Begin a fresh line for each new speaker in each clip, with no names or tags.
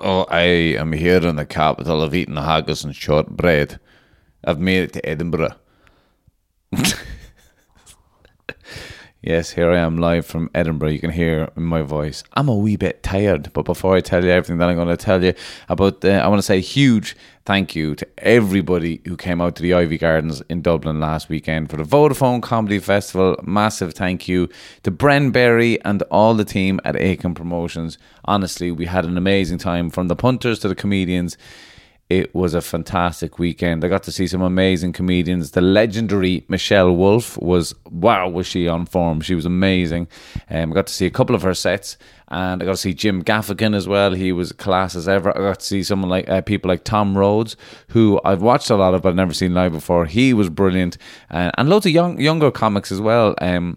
Oh, I am here in the capital of eating haggis and shortbread. I've made it to Edinburgh. yes, here I am live from Edinburgh. You can hear in my voice. I'm a wee bit tired, but before I tell you everything that I'm going to tell you about, uh, I want to say a huge thank you to everybody who came out to the Ivy Gardens in Dublin last weekend for the Vodafone Comedy Festival. Massive thank you to Bren Berry and all the team at Aiken Promotions. Honestly, we had an amazing time from the punters to the comedians it was a fantastic weekend. I got to see some amazing comedians. The legendary Michelle Wolf was wow, was she on form? She was amazing. Um, I got to see a couple of her sets, and I got to see Jim Gaffigan as well. He was class as ever. I got to see someone like uh, people like Tom Rhodes, who I've watched a lot of, but I've never seen live before. He was brilliant, uh, and loads of young younger comics as well. Um,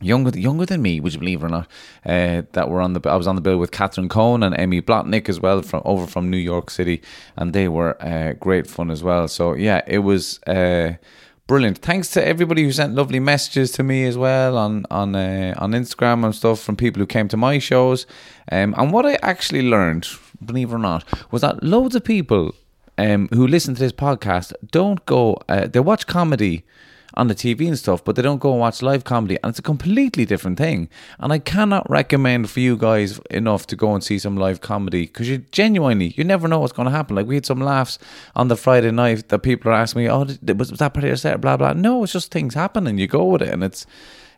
younger younger than me, would you believe it or not? Uh, that were on the I was on the bill with Catherine Cohn and Emmy Blotnick as well from over from New York City, and they were uh, great fun as well. So yeah, it was. Uh, Brilliant! Thanks to everybody who sent lovely messages to me as well on on uh, on Instagram and stuff from people who came to my shows. Um, and what I actually learned, believe it or not, was that loads of people um, who listen to this podcast don't go. Uh, they watch comedy on the TV and stuff, but they don't go and watch live comedy, and it's a completely different thing. And I cannot recommend for you guys enough to go and see some live comedy because you genuinely you never know what's going to happen. Like we had some laughs on the Friday night that people are asking me, "Oh, did, was that part of your set?" Blah blah. No, it's just things happen, and you go with it, and it's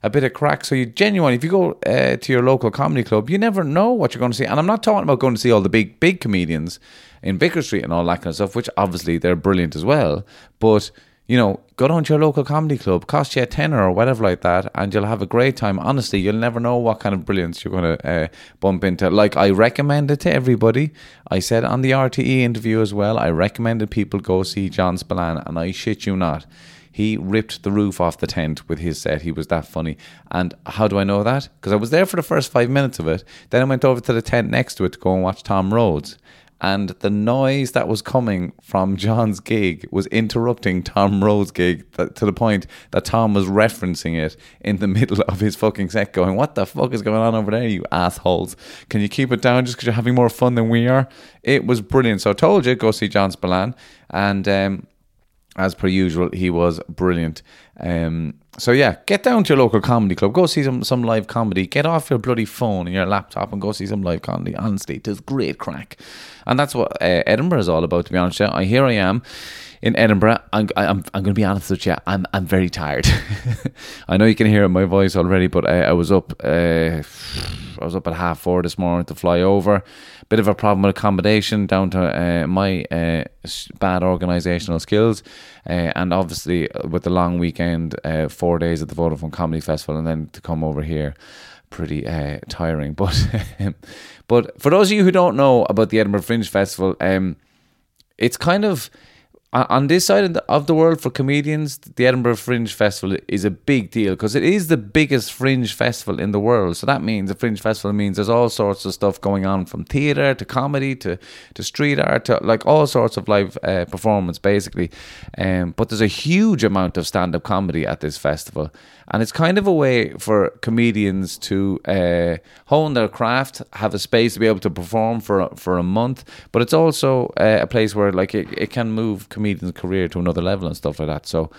a bit of crack. So you genuinely, if you go uh, to your local comedy club, you never know what you're going to see. And I'm not talking about going to see all the big big comedians in Vicker Street and all that kind of stuff, which obviously they're brilliant as well, but you know, go down to your local comedy club, cost you a tenner or whatever like that, and you'll have a great time. Honestly, you'll never know what kind of brilliance you're going to uh, bump into. Like I recommended to everybody, I said on the RTE interview as well, I recommended people go see John Spillane, and I shit you not, he ripped the roof off the tent with his set. He was that funny. And how do I know that? Because I was there for the first five minutes of it. Then I went over to the tent next to it to go and watch Tom Rhodes and the noise that was coming from John's gig was interrupting Tom Rowe's gig th- to the point that Tom was referencing it in the middle of his fucking set, going, What the fuck is going on over there, you assholes? Can you keep it down just because you're having more fun than we are? It was brilliant. So I told you, go see John Spillane. And um, as per usual, he was brilliant. Um, so yeah, get down to your local comedy club. Go see some some live comedy. Get off your bloody phone and your laptop and go see some live comedy. Honestly, there's great crack, and that's what uh, Edinburgh is all about. To be honest, I here I am in Edinburgh. I'm I'm, I'm going to be honest with you. I'm I'm very tired. I know you can hear it in my voice already, but I, I was up. Uh, I was up at half four this morning to fly over. Bit of a problem with accommodation down to uh, my uh, s- bad organisational skills, uh, and obviously uh, with the long weekend, uh, four days at the Vodafone Comedy Festival, and then to come over here, pretty uh, tiring. But but for those of you who don't know about the Edinburgh Fringe Festival, um, it's kind of on on this side of the, of the world for comedians the edinburgh fringe festival is a big deal because it is the biggest fringe festival in the world so that means a fringe festival means there's all sorts of stuff going on from theater to comedy to, to street art to like all sorts of live uh, performance basically um, but there's a huge amount of stand-up comedy at this festival and it's kind of a way for comedians to uh, hone their craft have a space to be able to perform for, for a month but it's also uh, a place where like it, it can move comedians comedian's career to another level and stuff like that. So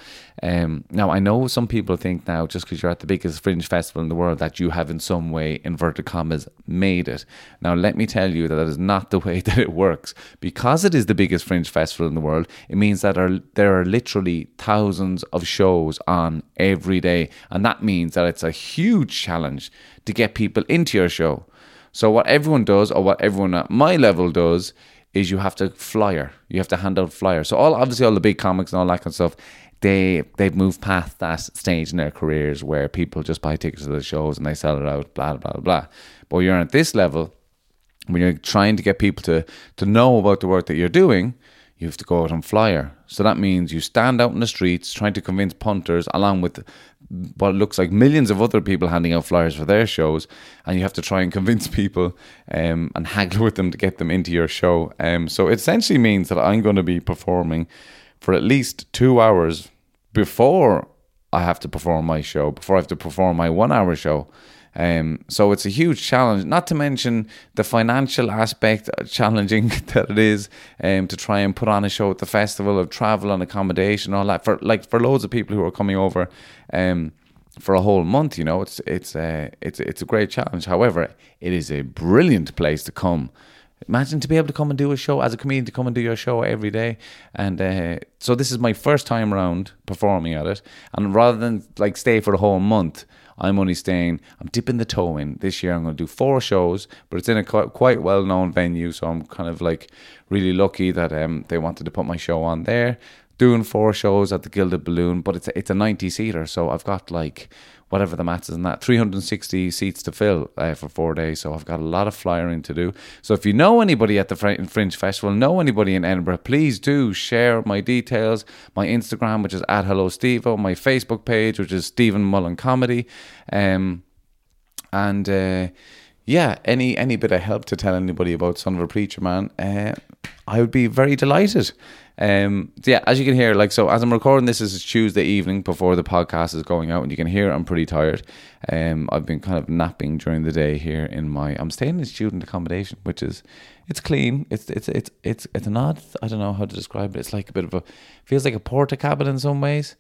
um, now I know some people think now just because you're at the biggest fringe festival in the world that you have in some way inverted commas made it. Now let me tell you that that is not the way that it works. Because it is the biggest fringe festival in the world, it means that are, there are literally thousands of shows on every day, and that means that it's a huge challenge to get people into your show. So what everyone does, or what everyone at my level does, is you have to flyer. You have to hand out flyers. So all obviously all the big comics and all that kind of stuff, they they've moved past that stage in their careers where people just buy tickets to the shows and they sell it out, blah blah blah. But when you're at this level, when you're trying to get people to to know about the work that you're doing, you have to go out and flyer. So that means you stand out in the streets trying to convince punters, along with what looks like millions of other people handing out flyers for their shows, and you have to try and convince people um, and haggle with them to get them into your show. Um, so it essentially means that I'm going to be performing for at least two hours before I have to perform my show, before I have to perform my one hour show. Um, so it's a huge challenge, not to mention the financial aspect, uh, challenging that it is um, to try and put on a show at the festival of travel and accommodation, all that for like for loads of people who are coming over um, for a whole month. You know, it's it's uh, it's it's a great challenge. However, it is a brilliant place to come. Imagine to be able to come and do a show as a comedian to come and do your show every day, and uh, so this is my first time around performing at it. And rather than like stay for the whole month, I'm only staying. I'm dipping the toe in this year. I'm going to do four shows, but it's in a qu- quite well-known venue, so I'm kind of like really lucky that um, they wanted to put my show on there. Doing four shows at the Gilded Balloon, but it's a, it's a 90 seater, so I've got like whatever the maths is and that 360 seats to fill uh, for four days. So I've got a lot of flyering to do. So if you know anybody at the Fr- Fringe Festival, know anybody in Edinburgh, please do share my details. My Instagram, which is at hello Stevo, my Facebook page, which is Stephen Mullen Comedy. Um, and uh, yeah, any any bit of help to tell anybody about Son of a Preacher Man, uh, I would be very delighted. Um, so yeah, as you can hear, like so, as I'm recording this, this is Tuesday evening before the podcast is going out, and you can hear I'm pretty tired. Um, I've been kind of napping during the day here in my. I'm staying in student accommodation, which is it's clean. It's it's it's it's it's an odd. I don't know how to describe it. It's like a bit of a feels like a porta cabin in some ways,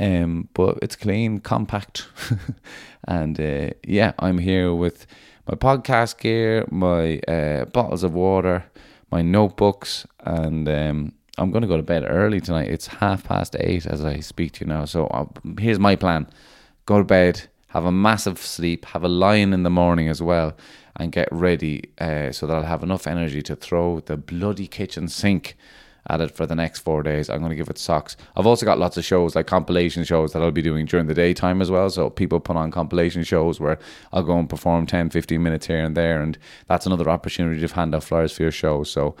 um, but it's clean, compact, and uh, yeah, I'm here with my podcast gear, my uh, bottles of water, my notebooks, and um, I'm going to go to bed early tonight. It's half past eight as I speak to you now. So i here's my plan go to bed, have a massive sleep, have a lion in the morning as well, and get ready uh, so that I'll have enough energy to throw the bloody kitchen sink at it for the next four days. I'm going to give it socks. I've also got lots of shows, like compilation shows, that I'll be doing during the daytime as well. So people put on compilation shows where I'll go and perform 10, 15 minutes here and there. And that's another opportunity to hand out flyers for your show. So.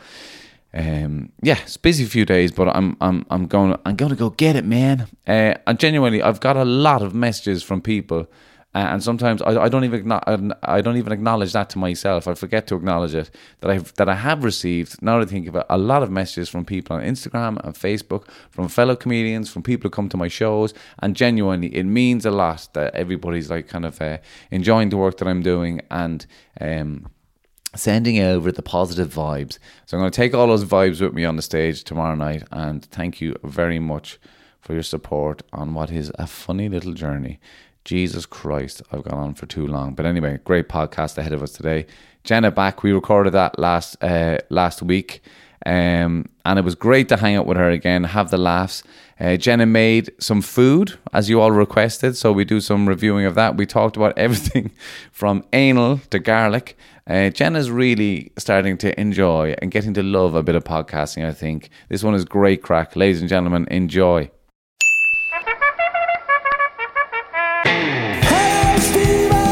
Um, yeah, it's busy few days, but I'm I'm I'm going I'm going to go get it, man. Uh, and genuinely, I've got a lot of messages from people uh, and sometimes I, I don't even acknow- I don't even acknowledge that to myself. I forget to acknowledge it that I've that I have received. Now that I think of it, a lot of messages from people on Instagram and Facebook, from fellow comedians, from people who come to my shows, and genuinely, it means a lot that everybody's like kind of uh, enjoying the work that I'm doing and. Um, sending over the positive vibes. So I'm going to take all those vibes with me on the stage tomorrow night and thank you very much for your support on what is a funny little journey. Jesus Christ, I've gone on for too long. But anyway, great podcast ahead of us today. Jenna back. We recorded that last uh, last week. Um, and it was great to hang out with her again, have the laughs. Uh, Jenna made some food, as you all requested, so we do some reviewing of that. We talked about everything from anal to garlic. Uh, Jenna's really starting to enjoy and getting to love a bit of podcasting, I think. This one is great crack. Ladies and gentlemen, enjoy.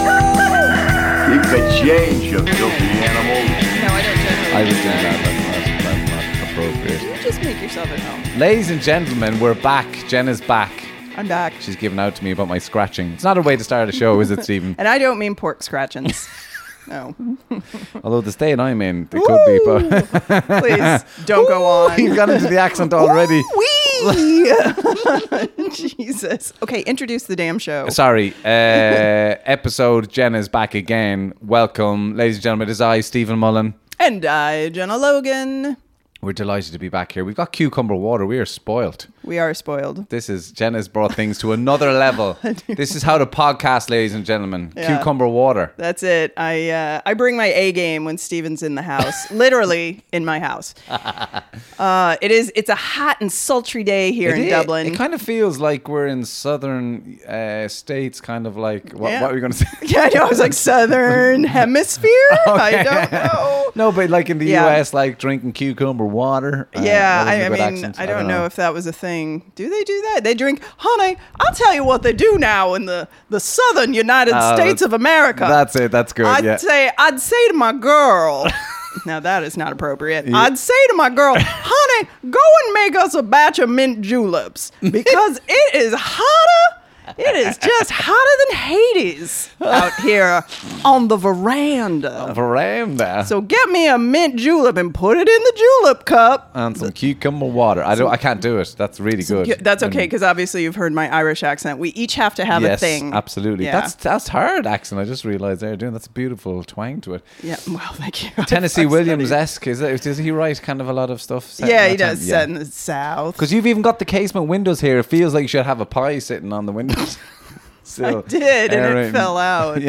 You could change, you filthy animal.
No, I don't generally.
I was doing that, but that's, that's not appropriate.
Just make yourself at home.
Ladies and gentlemen, we're back. Jenna's back.
I'm back.
She's giving out to me about my scratching. It's not a way to start a show, is it, Stephen?
And I don't mean pork scratchings. no.
Although the state I'm in, they could be, but
Please don't go
you've
on.
got into the accent already.
Wee! Jesus. Okay, introduce the damn show.
Sorry, uh, episode Jenna's back again. Welcome, ladies and gentlemen. It is I, Stephen Mullen.
And I, Jenna Logan.
We're delighted to be back here. We've got cucumber water. We are spoilt.
We are spoiled.
This is Jenna's brought things to another level. This is how to podcast, ladies and gentlemen.
Yeah.
Cucumber water.
That's it. I uh, I bring my A game when Steven's in the house, literally in my house. Uh, it is. It's a hot and sultry day here in
It-
Dublin.
It kind of feels like we're in southern uh, states, kind of like what,
Yeah.
what are we going to say?
yeah, I know. I was like Southern Hemisphere. I don't know.
No, but like in the
Yeah.
US, like drinking cucumber water. uh,
Yeah,
that was
I,
a
I
good
mean,
accent.
I don't, know. if that was a thing. Do they do that? They drink, honey. I'll tell you what they do now in the, the southern United
Oh,
States of America.
that's it. That's good,
I'd
yeah.
say, I'd say to my girl. now that is not appropriate. I'd say to my girl, honey, go and make us a batch of mint juleps because it is hotter. It is just hotter than Hades out here on the veranda.
Veranda
So get me a mint julep and put it in the julep cup.
and some cucumber water. I don't. I can't do it. That's really good.
Yeah, that's okay
And-
because obviously you've heard my Irish accent. We each have to have
yes,
a thing.
absolutely.
Yeah.
That's that's hard accent. I just realized they're doing. That's a beautiful twang to it.
yeah. Well, thank you.
Tennessee
I'm
Williams
studying.
esque. Is that? Does he write kind of a lot of stuff? set in
Yeah,
that
he
time?
does.
Yeah.
Set in the south.
Because you've even got the casement windows here. It feels like you should have a pie sitting on the windows. so,
I did, and
Aaron-
it fell out.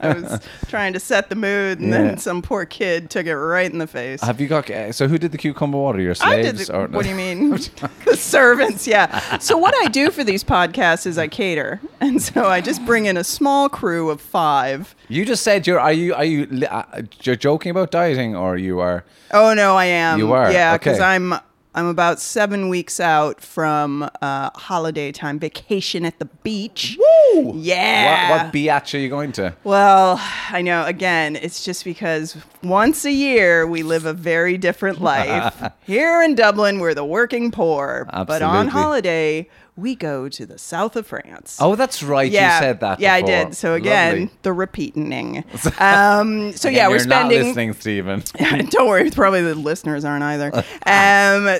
I was trying to set the mood, and
Yeah.
then some poor kid took it right in the face.
Have you got? uh, So who did the cucumber water? Your slaves
I did. The,
or no?
What do you mean? the servants, yeah. So what I do for these podcasts is I cater, and so I just bring in a small crew of five.
You just said you're. Are you? Are you? li- Uh, you're joking about dieting, or you are?
Oh no, I am.
You are?
yeah,
Okay.
because I'm I'm about seven weeks out from uh, holiday time vacation at the beach.
Woo!
Yeah.
What, what biatch are you going to?
Well, I know. Again, it's just because once a year we live a very different life. Here in Dublin, we're the working poor, but on
Absolutely.
holiday we go to the south of France.
Oh, that's right.
Yeah,
You said that.
Yeah, I
before.
did. So again,
Lovely.
the repeating. Um, so yeah,
And
we're
you're not
spending.
listening, Stephen.
Don't worry, probably the listeners aren't either. Um,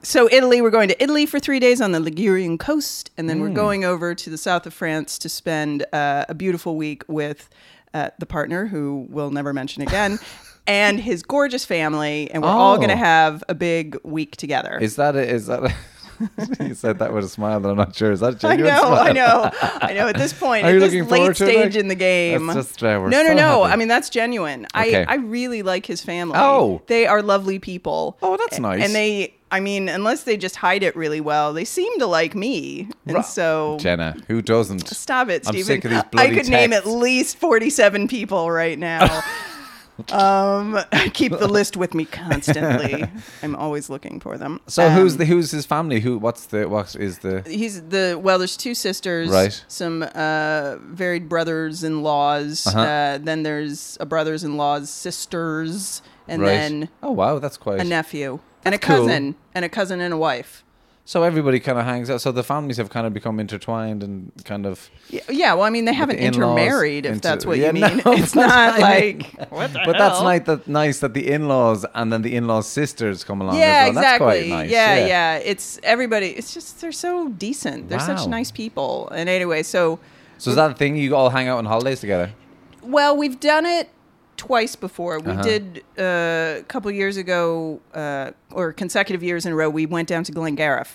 so Italy, we're going to Italy for three days on the Ligurian coast, and then we're
Mm.
going over to the south of France to spend uh, a beautiful week with uh, the partner who we'll never mention again. And his gorgeous family, and we're all
Oh.
going to have a big week together.
Is that? A, is that? A, you said that with a smile that I'm not sure. Is that? A
I know,
genuine smile?
I know, I know. At this point,
Are
at
you
this
looking
late
forward to it,
stage
Nick?
in the game,
That's just, uh, we're
no, no,
so
no.
happy.
I mean, that's genuine.
Okay.
I, I really like his family.
Oh.
they are lovely people.
Oh, that's
A-
nice.
And they, I mean, unless they just hide it really well, they seem to like me, and so.
Jenna, who doesn't?
Stop it, Stephen.
I'm sick of these
I
bloody
could name at
texts.
least 47 people right now. um, I keep the list with me constantly. I'm always looking for them.
So who's
Um,
the who's his family? Who? What's the? What is the?
he's the well there's two sisters
Right.
some uh varied brothers-in-laws
Uh-huh.
uh then there's a brothers-in-law's sisters and
right.
then
oh wow, that's quite.
a nephew and a
That's cool.
cousin and a cousin and a wife
So everybody kind of hangs out. So the families have kind of become intertwined and kind of.
Y- yeah well i mean they haven't
the in-laws
intermarried if
into-
that's what
Yeah,
you mean
no,
it's
that's what
not
I mean.
like
but that's nice that nice that the in-laws and then the in-laws sisters come along.
yeah
as well. That's quite
exactly
nice.
yeah, yeah it's everybody it's just they're so decent they're such
Wow.
nice people and anyway so
So is that a thing you all hang out on holidays together?
Well, we've done it twice before.
Uh-huh.
We did uh, a couple years ago, uh, or consecutive years in a row. We went down to Glengariff.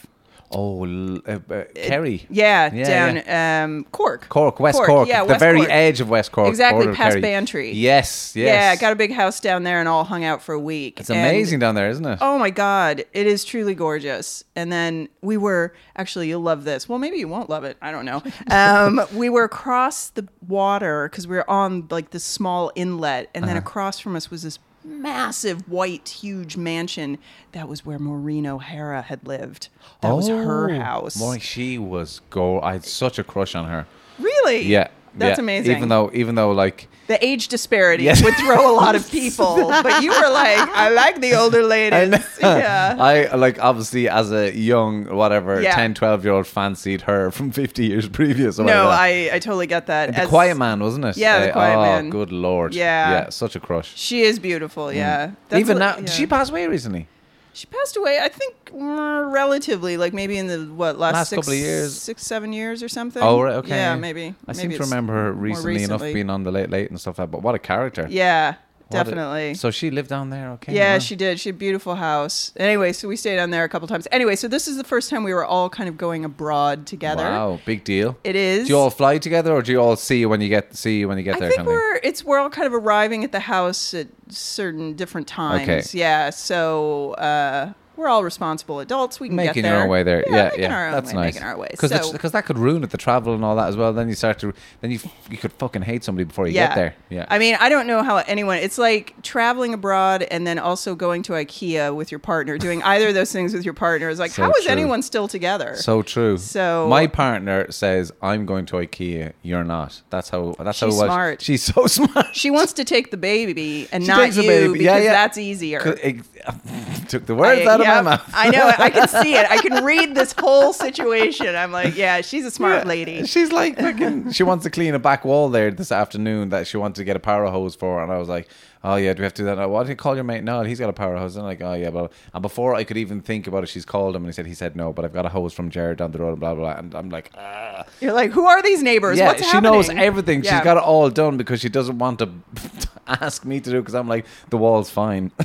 Oh, l- uh, uh, Kerry.
Yeah,
Yeah,
down
yeah.
Um, Cork.
Cork, West Cork,
Yeah,
the
West
very
Cork.
edge of West Cork.
Exactly,
border of
past
Kerry.
Bantry.
Yes, yes.
Yeah, got a big house down there and all hung out for a week.
It's
And-
amazing down there, isn't it?
Oh my God, it is truly gorgeous. And then we were actually, you'll love this. Well, maybe you won't love it. I don't know. Um, we were across the water because we were on like this small inlet, and then
Uh-huh.
across from us was this massive white, huge mansion. That was where Maureen O'Hara had lived. That was her
Oh,
house.
Boy, she was go. I had such a crush on her.
Really?
Yeah.
That's
yeah.
amazing.
Even though, even though, like,
the age disparity
Yes.
would throw a lot of people, but you were like, I like the older ladies. Yeah.
I like obviously as a young whatever
Yeah.
10, 12 year old fancied her from fifty years previous. Or
No,
whatever.
I, I totally get that.
The
As-
Quiet Man, wasn't it?
Yeah, The Quiet
oh,
Man.
good lord.
Yeah.
yeah, such a crush.
She is beautiful, yeah.
Mm. Even
what-
now,
yeah.
did she pass away recently?
She passed away, I think, mm, relatively, like maybe in the what last,
Last
six,
couple of years.
six, seven years or something.
Oh, right, okay.
Yeah, maybe.
I
Maybe
seem to
it's
remember her
more
recently, enough being on the Late Late and stuff like that. But what a character!
Yeah,
What a-
definitely.
so she lived down there, okay?
Yeah,
wow.
she did. She had a beautiful house. Anyway, so we stayed down there a couple times. Anyway, so this is the first time we were all kind of going abroad together.
Wow, big deal.
It is.
Do you all fly together, or do you all see when you get see you when you get
I
there?
think
kind of thing?
we're it's we're all kind of arriving at the house at certain different times.
Okay.
Yeah. So uh, we're all responsible adults. We can
making
get there.
our way there. Yeah, yeah,
making Our own
that's
way,
nice.
Making our way.
Because
so,
that could ruin it, the travel and all that as well. Then you start to then you f- you could fucking hate somebody before you get there. Yeah,
I mean, I don't know how anyone. It's like traveling abroad and then also going to IKEA with your partner. Doing either of those things with your partner is like,
So
how is
true.
anyone still together?
so true.
So-
my partner says I'm going to IKEA. You're not. That's how. That's how it
She's
was.
smart.
She's so smart.
she wants to take the baby and
She
not
takes
you
the baby. Yeah,
because
yeah.
that's easier.
Could- ex- Took the words out of
yeah,
my mouth.
I know. it. I can see it. I can read this whole situation. I'm like, yeah, she's a smart lady.
She's like fucking. She wants to clean a back wall there this afternoon that she wanted to get a power hose for, and I was like, "Oh yeah, do we have to do that?" Why do you call your mate? No, he's got a power hose. And I'm like, "Oh yeah," but and before I could even think about it, she's called him and he said he said no, but I've got a hose from Jared down the road and blah blah. blah. And I'm like, ah.
You're like, who are these neighbors?
yeah,
What's
she
happening?
knows everything.
Yeah.
She's got it all done because she doesn't want to ask me to do because I'm like the wall's fine.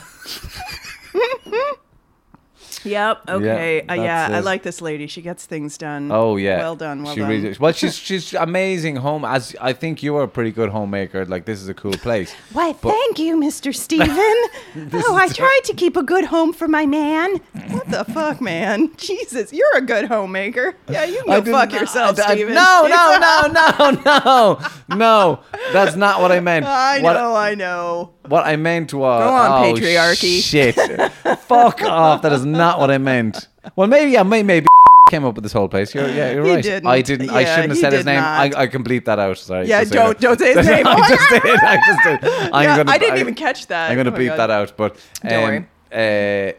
Yep. Okay.
Yeah,
Yeah, uh, yeah
that's
I
it.
like this lady. She gets things done.
Oh yeah,
Well done. Well
she
done.
Really, well, she's she's amazing home. As I think you are a pretty good homemaker. Like this is a cool place.
Why, thank you, Mr. Steven. oh, I tried to keep a good home for my man. What the fuck, man? Jesus, you're a good homemaker. Yeah, you
I
can go
didn't-
fuck yourself,
I- I-
Steven.
No, no, no, no, no, no. That's not what I meant.
I
what,
know, I know.
What I meant was.
Go on,
oh,
patriarchy.
Shit. Fuck off. That is not what I meant. Well, maybe yeah, may- maybe came up with this whole place. You're, yeah, you're
He
right.
didn't.
I didn't. I
Yeah,
shouldn't have
he
said his
did
name. I,
not.
I can bleep that out. Sorry.
Yeah,
just so you
don't-
know.
don't say his name.
I just did. I just did. I'm
Yeah,
gonna,
I didn't even catch that.
I'm gonna
Oh my
bleep
God.
that out. But
Don't
um, Uh,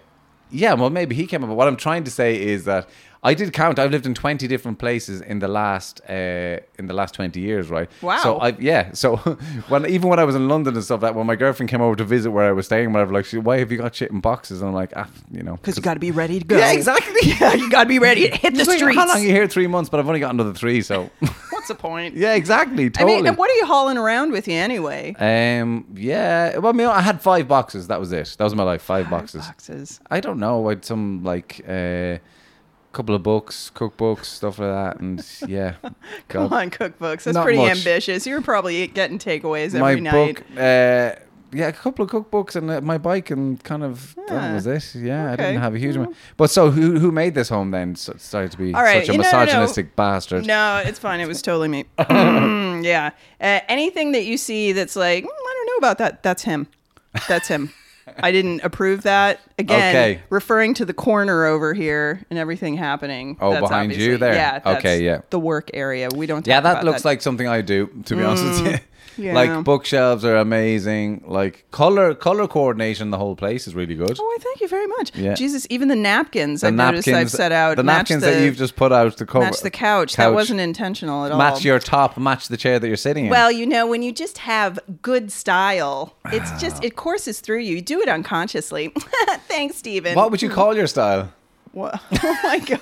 yeah, well, maybe he came up. But what I'm trying to say is that I did count. I've lived in 20 different places in the last uh, in the last 20 years, right?
Wow.
So I yeah. So when even when I was in London and stuff, that when my girlfriend came over to visit where I was staying, whatever, like, she, why have you got shit in boxes? And I'm like, ah, you know,
Because you got to be ready to go.
Yeah, exactly.
Yeah, you got to be ready to hit the
She's like,
streets.
How long are you here? Three months, but I've only got another three. So
What's the point?
yeah, exactly.
I
Totally.
mean, and what are you hauling around with you anyway?
Um. Yeah. Well, I mean, I had five boxes. That was it. That was my life. Five, boxes.
Boxes.
I don't know. I had some like uh, couple of books, cookbooks, stuff like that, and yeah.
Come
God.
on, cookbooks. That's
Not
pretty
much.
ambitious. You're probably getting takeaways every
my
night.
book. Uh, yeah, a couple of cookbooks and uh, my bike, and kind of that
Yeah.
was it. Yeah, I
Okay.
didn't have a huge amount. But so, who who made this home then? So, sorry to be
All right,
such a
you know, no, no.
misogynistic bastard.
No, it's fine. It was totally me. yeah. Uh, anything that you see that's like, "Mm, I don't know about that, that's him. That's him. I didn't approve that. Again,
Okay.
referring to the corner over here and everything happening.
Oh,
That's
behind you
obviously-
there?
Yeah. that's
Okay, yeah.
The work area. We don't. Talk
Yeah, that
about
looks
that.
like something I do. To be honest with you,
Mm. yeah.
like bookshelves are amazing. Like color color coordination, in the whole place is really good.
Oh, I thank you very much.
Yeah.
Jesus, even the napkins. I've noticed I've set out.
the
match
napkins
the,
that you've just put out to cover
match the couch. That wasn't intentional at all.
Match your top, match the chair that you're sitting in.
Well, you know, when you just have good style, it's
Ah.
just it courses through you. You do it unconsciously. Thanks, Stephen.
what would you call your style?
What- Oh my god!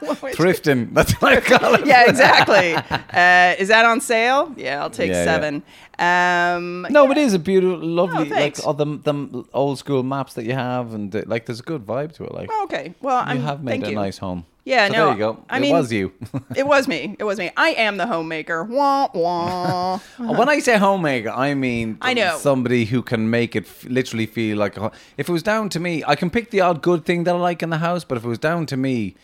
What would you-
Thrifting. That's what I call it.
yeah, exactly. Uh, is that on sale? Yeah, I'll take
Yeah, yeah.
seven. Um,
No, it is a beautiful, lovely,
Oh,
like
thanks.
all the, the old school maps that you have, and the, like there's a good vibe to it. Like
Oh, Okay. Well,
you
I'm,
have made
thank
a
you.
nice home.
Yeah,
so
no,
there you go.
I
it
mean-
was you.
It was me. It was me. I am the homemaker. Wah wah.
when I say homemaker, I mean
I know.
somebody who can make it f- literally feel like. A ho- if it was down to me, I can pick the odd good thing that I like in the house, but if it was down to me,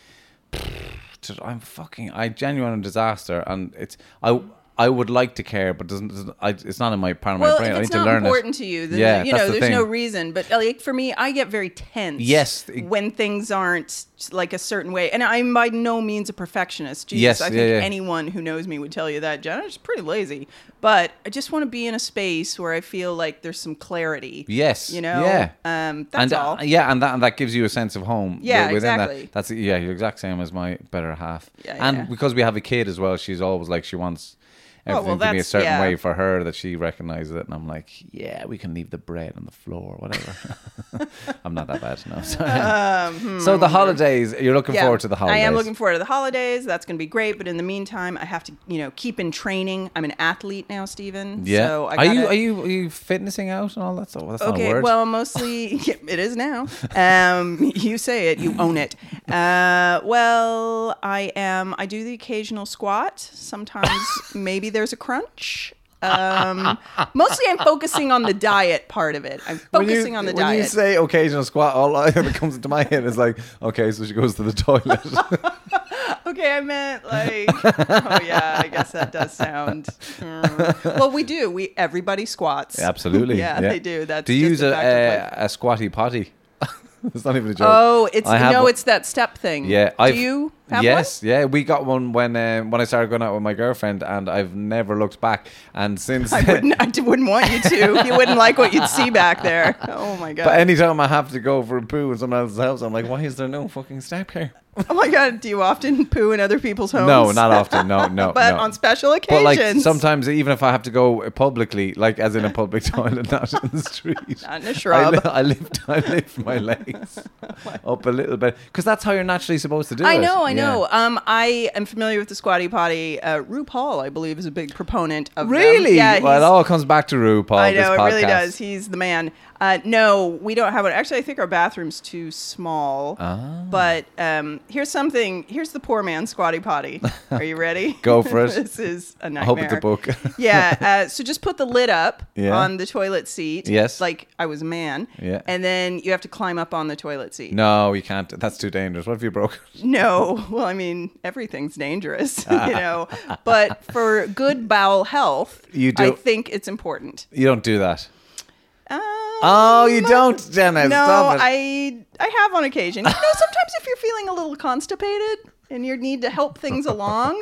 to- I'm fucking I genuine disaster, and it's I. I would like to care, but doesn't, doesn't I, it's not in my part of my
well,
brain.
if
I
it's
need
not
to learn
important
it.
to you, then
Yeah,
you
that's
know,
the
there's no
thing.
reason. But like for me, I get very tense.
Yes. e
when things aren't like a certain way, and I'm by no means a perfectionist. Jesus,
Yes,
I think
yeah, yeah.
anyone who knows me would tell you that. Jen, I'm just pretty lazy, but I just want to be in a space where I feel like there's some clarity.
Yes,
you know.
yeah.
um,
and,
that's
uh,
all.
yeah, and that and that gives you a sense of home.
Yeah,
wi- within that.
exactly.
That's yeah, you're exact same as my better half.
Yeah,
and
yeah. Oh,
because we have a kid as well, she's always like she wants everything
well,
to be a
that's-
certain
yeah.
way for her that she recognizes it. And I'm like, yeah, we can leave the bread on the floor, whatever. I'm not that bad, no. So, so the holidays, you're looking forward to the holidays.
Um, hmm. I am looking forward to the holidays. That's going to be great. But in the meantime, I have to, you know, keep in training. I'm an athlete now, Stephen.
Yeah.
So I
are you
gotta-
are you are you fitnessing out and all that stuff? That's not a
Okay,
word.
well, mostly yeah, it is now. Um, you say it, you own it. Uh, well, I am. I do the occasional squat. Sometimes maybe there's a crunch. Um, mostly, I'm focusing on the diet part of it. I'm
When you-
focusing on the
when
diet.
you say occasional squat, all I- that comes into my head is like, okay, so she goes to the toilet.
Okay, I meant like. oh yeah, I guess that does sound. Mm. well, we do. We everybody squats.
Absolutely.
Yeah, they do. That's
do you use
just a
a, uh,
fact of life.
a, a squatty potty? it's not even a joke.
Oh, it's
I have
no,
one-
it's that step thing.
Yeah,
do
I've-
you have
yes, yeah, we got one when um, when I started going out with my girlfriend, and I've never looked back. And since
one? I wouldn't. I d- wouldn't want you to. You wouldn't like what you'd see back there. Oh my god.
But anytime I have to go for a poo in someone else's house, I'm like, why is there no fucking step here?
oh my god. Do you often poo in other people's homes?
No, not often. No, no.
But
no.
on special
But
occasions.
like sometimes, even if I have to go publicly, like as in a public toilet, not in the street,
Not in a shrub.
I, li- I lift, I lift my legs up a little bit because that's how you're naturally supposed to do it.
I know, I
Yeah.
know. Um, I am familiar with the squatty potty. Uh, RuPaul, I believe, is a big proponent of them.
Really?
Yeah,
well, it
he's-
all comes back to RuPaul.
I
this
know it really
podcast.
does. He's the man. Uh, no, we don't have one. Actually, I think our bathroom's too small.
Ah.
But um, here's something. Here's the poor man's squatty potty. Are you ready?
Go for it.
this is a nightmare.
hope it's a book.
yeah. Uh, so just put the lid up
Yeah.
on the toilet seat.
Yes.
Like I was a man.
Yeah.
And then you have to climb up on the toilet seat.
No, you can't. That's too dangerous. What if you broke? it?
No, well, I mean, everything's dangerous, you know. But for good bowel health,
You
I
do-
think it's important.
You don't do that.
Um,
Oh, you don't, Jenna.
No,
Stop it.
I I have on occasion. You know, sometimes if you're feeling a little constipated and you need to help things along,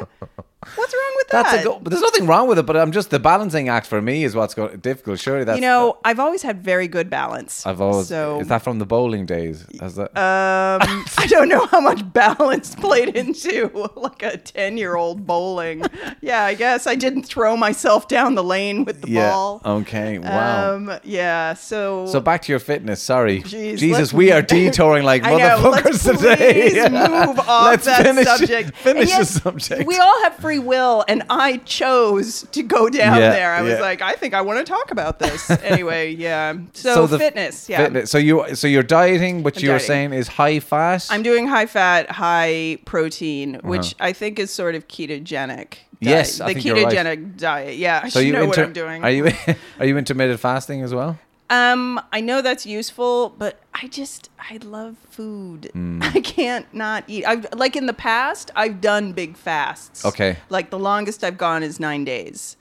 what's wrong with that?
That's a go- but there's nothing wrong with it, but I'm just the balancing act for me is what's go- difficult. Surely that's
you know, I've always had very good balance.
I've always
so
is that from the bowling days? Is that,
um, I don't know how much balance played into like a ten year old bowling. yeah, I guess I didn't throw myself down the lane with the
yeah.
ball.
Okay. Wow.
Um, yeah. So
so back to your fitness. Sorry,
Jeez,
Jesus,
let's-
we are detouring like
I know.
motherfuckers
Let's
today.
please move off
Let's
that
finish,
subject.
Finish
And yet,
the subject.
We all have free will, and I chose to go down
Yeah,
there. I was
yeah.
like, I think I want to talk about this anyway. Yeah. So,
the
fitness. Yeah.
fitness- So you so you're dieting, which
I'm
you were
dieting.
saying is high fat.
I'm doing high fat, high protein, which I think is sort of ketogenic. diet.
Uh-huh. Yes, I
the
think you're right.
ketogenic diet. Yeah, I
so
should know what
inter-
I'm doing.
Are you are you intermittent fasting as well?
Um, I know that's useful, but I just I love food.
Mm.
I can't not eat. I've like in the past, I've done big fasts.
Okay.
Like the longest I've gone is nine days.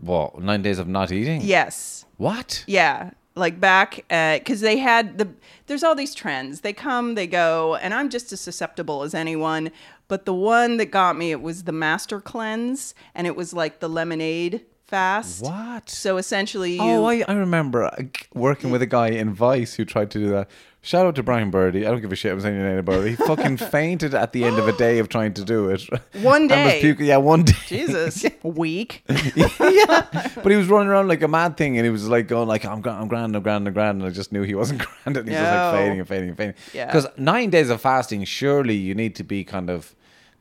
What nine days of not eating?
Yes.
What?
Yeah. Like back because they had the there's all these trends. They come, they go, and I'm just as susceptible as anyone. But the one that got me it was the Master Cleanse, and it was like the lemonade fast.
What?
So essentially, you,
Oh, I, I remember uh, g- working with a guy in Vice who tried to do that. Shout out to Brian Birdie. I don't give a shit. I'm saying your name about it. He fucking fainted at the end of a day of trying to do it.
One
And was
day.
puking- Yeah, one day.
Jesus, weak.
yeah. But he was running around like a mad thing, and he was like going like, "I'm grand, I'm grand, I'm grand, I'm grand," and I just knew he wasn't grand, and he was just like
No.
fading and fading and fading.
Yeah.
Because nine days of fasting, surely you need to be kind of.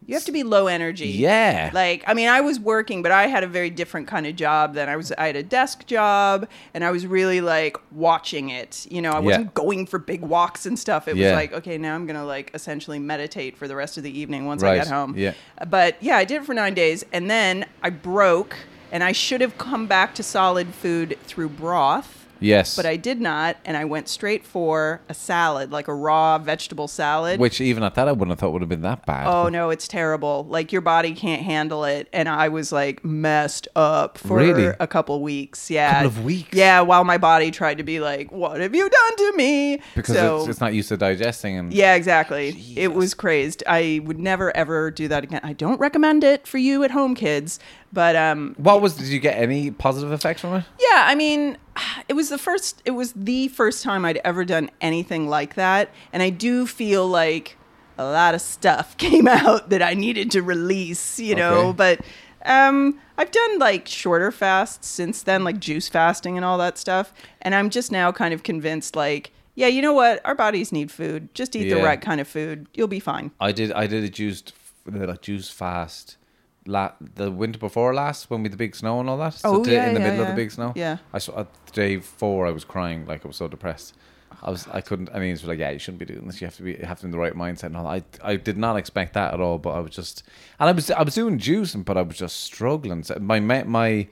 You have to be low energy.
Yeah.
Like, I mean, I was working, but I had a very different kind of job than I was. I had a desk job and I was really like watching it. You know, I wasn't going for big walks and stuff. It
Yeah.
was like, okay, now I'm going to like essentially meditate for the rest of the evening once
Right.
I get home.
Yeah.
But yeah, I did it for nine days and then I broke and I should have come back to solid food through broth.
Yes.
But I did not, and I went straight for a salad, like a raw vegetable salad.
Which even at that, I wouldn't have thought would have been that bad.
Oh no, it's terrible. Like your body can't handle it, and I was like messed up for
Really?
a couple weeks. Yeah,
Couple of weeks?
Yeah, while my body tried to be like, "What have you done to me?"
because
so,
it's, it's not used to digesting and
yeah, exactly. It was crazed. I would never ever do that again. I don't recommend it for you at home, kids. But um,
What was? Did you get any positive effects from it?
yeah, I mean, it was the first. It was the first time I'd ever done anything like that, and I do feel like a lot of stuff came out that I needed to release. You know,
Okay.
but Um, I've done like shorter fasts since then, like juice fasting and all that stuff. And I'm just now kind of convinced, like, yeah, you know what? Our bodies need food. Just eat
Yeah.
the right kind of food. You'll be fine.
I did. I did a juice, a juice fast, la, the winter before last when we had the big snow and all that.
Oh,
the day-
yeah,
in the
yeah,
middle of the
yeah.
big snow.
Yeah.
I saw uh, the day four. I was crying like I was so depressed. I was. I couldn't. I mean, it's like, yeah, you shouldn't be doing this. You have to be you have to be in the right mindset and all. I. I did not expect that at all. But I was just, and I was. I was doing juicing, but I was just struggling. So my ma- my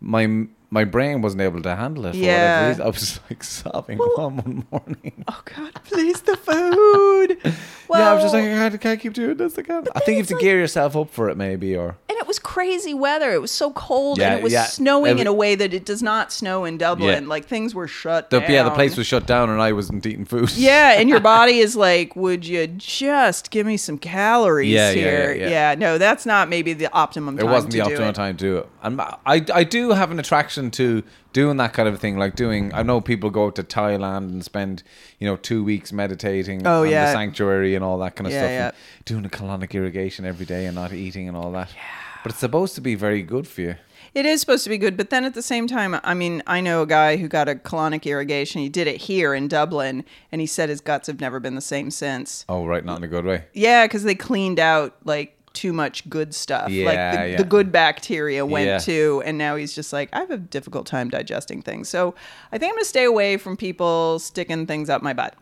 my my brain wasn't able to handle it. For whatever
Yeah.
reason. I was like sobbing mom one morning.
Oh God, please the food. Well,
yeah, I was just like, I can't, can't keep doing this again. I think you have to gear yourself up for it, maybe, or
and it was crazy weather. It was so cold,
Yeah,
and it was
yeah.
snowing
Every-
in a way that it does not snow in Dublin.
Yeah.
Like things were shut
the,
down.
yeah, the place was shut down and I wasn't eating food.
Yeah, and your body is like, would you just give me some calories
Yeah, yeah,
here?
yeah, yeah.
no, that's not maybe the optimum.
it
time
wasn't
to
the
do
optimal
it.
time to do it. And I, I do have an attraction to doing that kind of thing, like doing. I know people go to Thailand and spend you know two weeks meditating
Oh,
on the
yeah.
sanctuary and all that kind of
Yeah,
stuff,
yeah.
and doing a colonic irrigation every day and not eating and all that. Yeah. But it's supposed to be very good for you.
It is supposed to be good, but then at the same time, I mean, I know a guy who got a colonic irrigation. He did it here in Dublin, and he said his guts have never been the same since.
Oh, right, not in a good way.
Yeah, because they cleaned out like too much good stuff. like
Yeah,
the,
yeah.
the good bacteria went
Yeah.
to, and now he's just like, I have a difficult time digesting things. So I think I'm gonna stay away from people sticking things up my butt.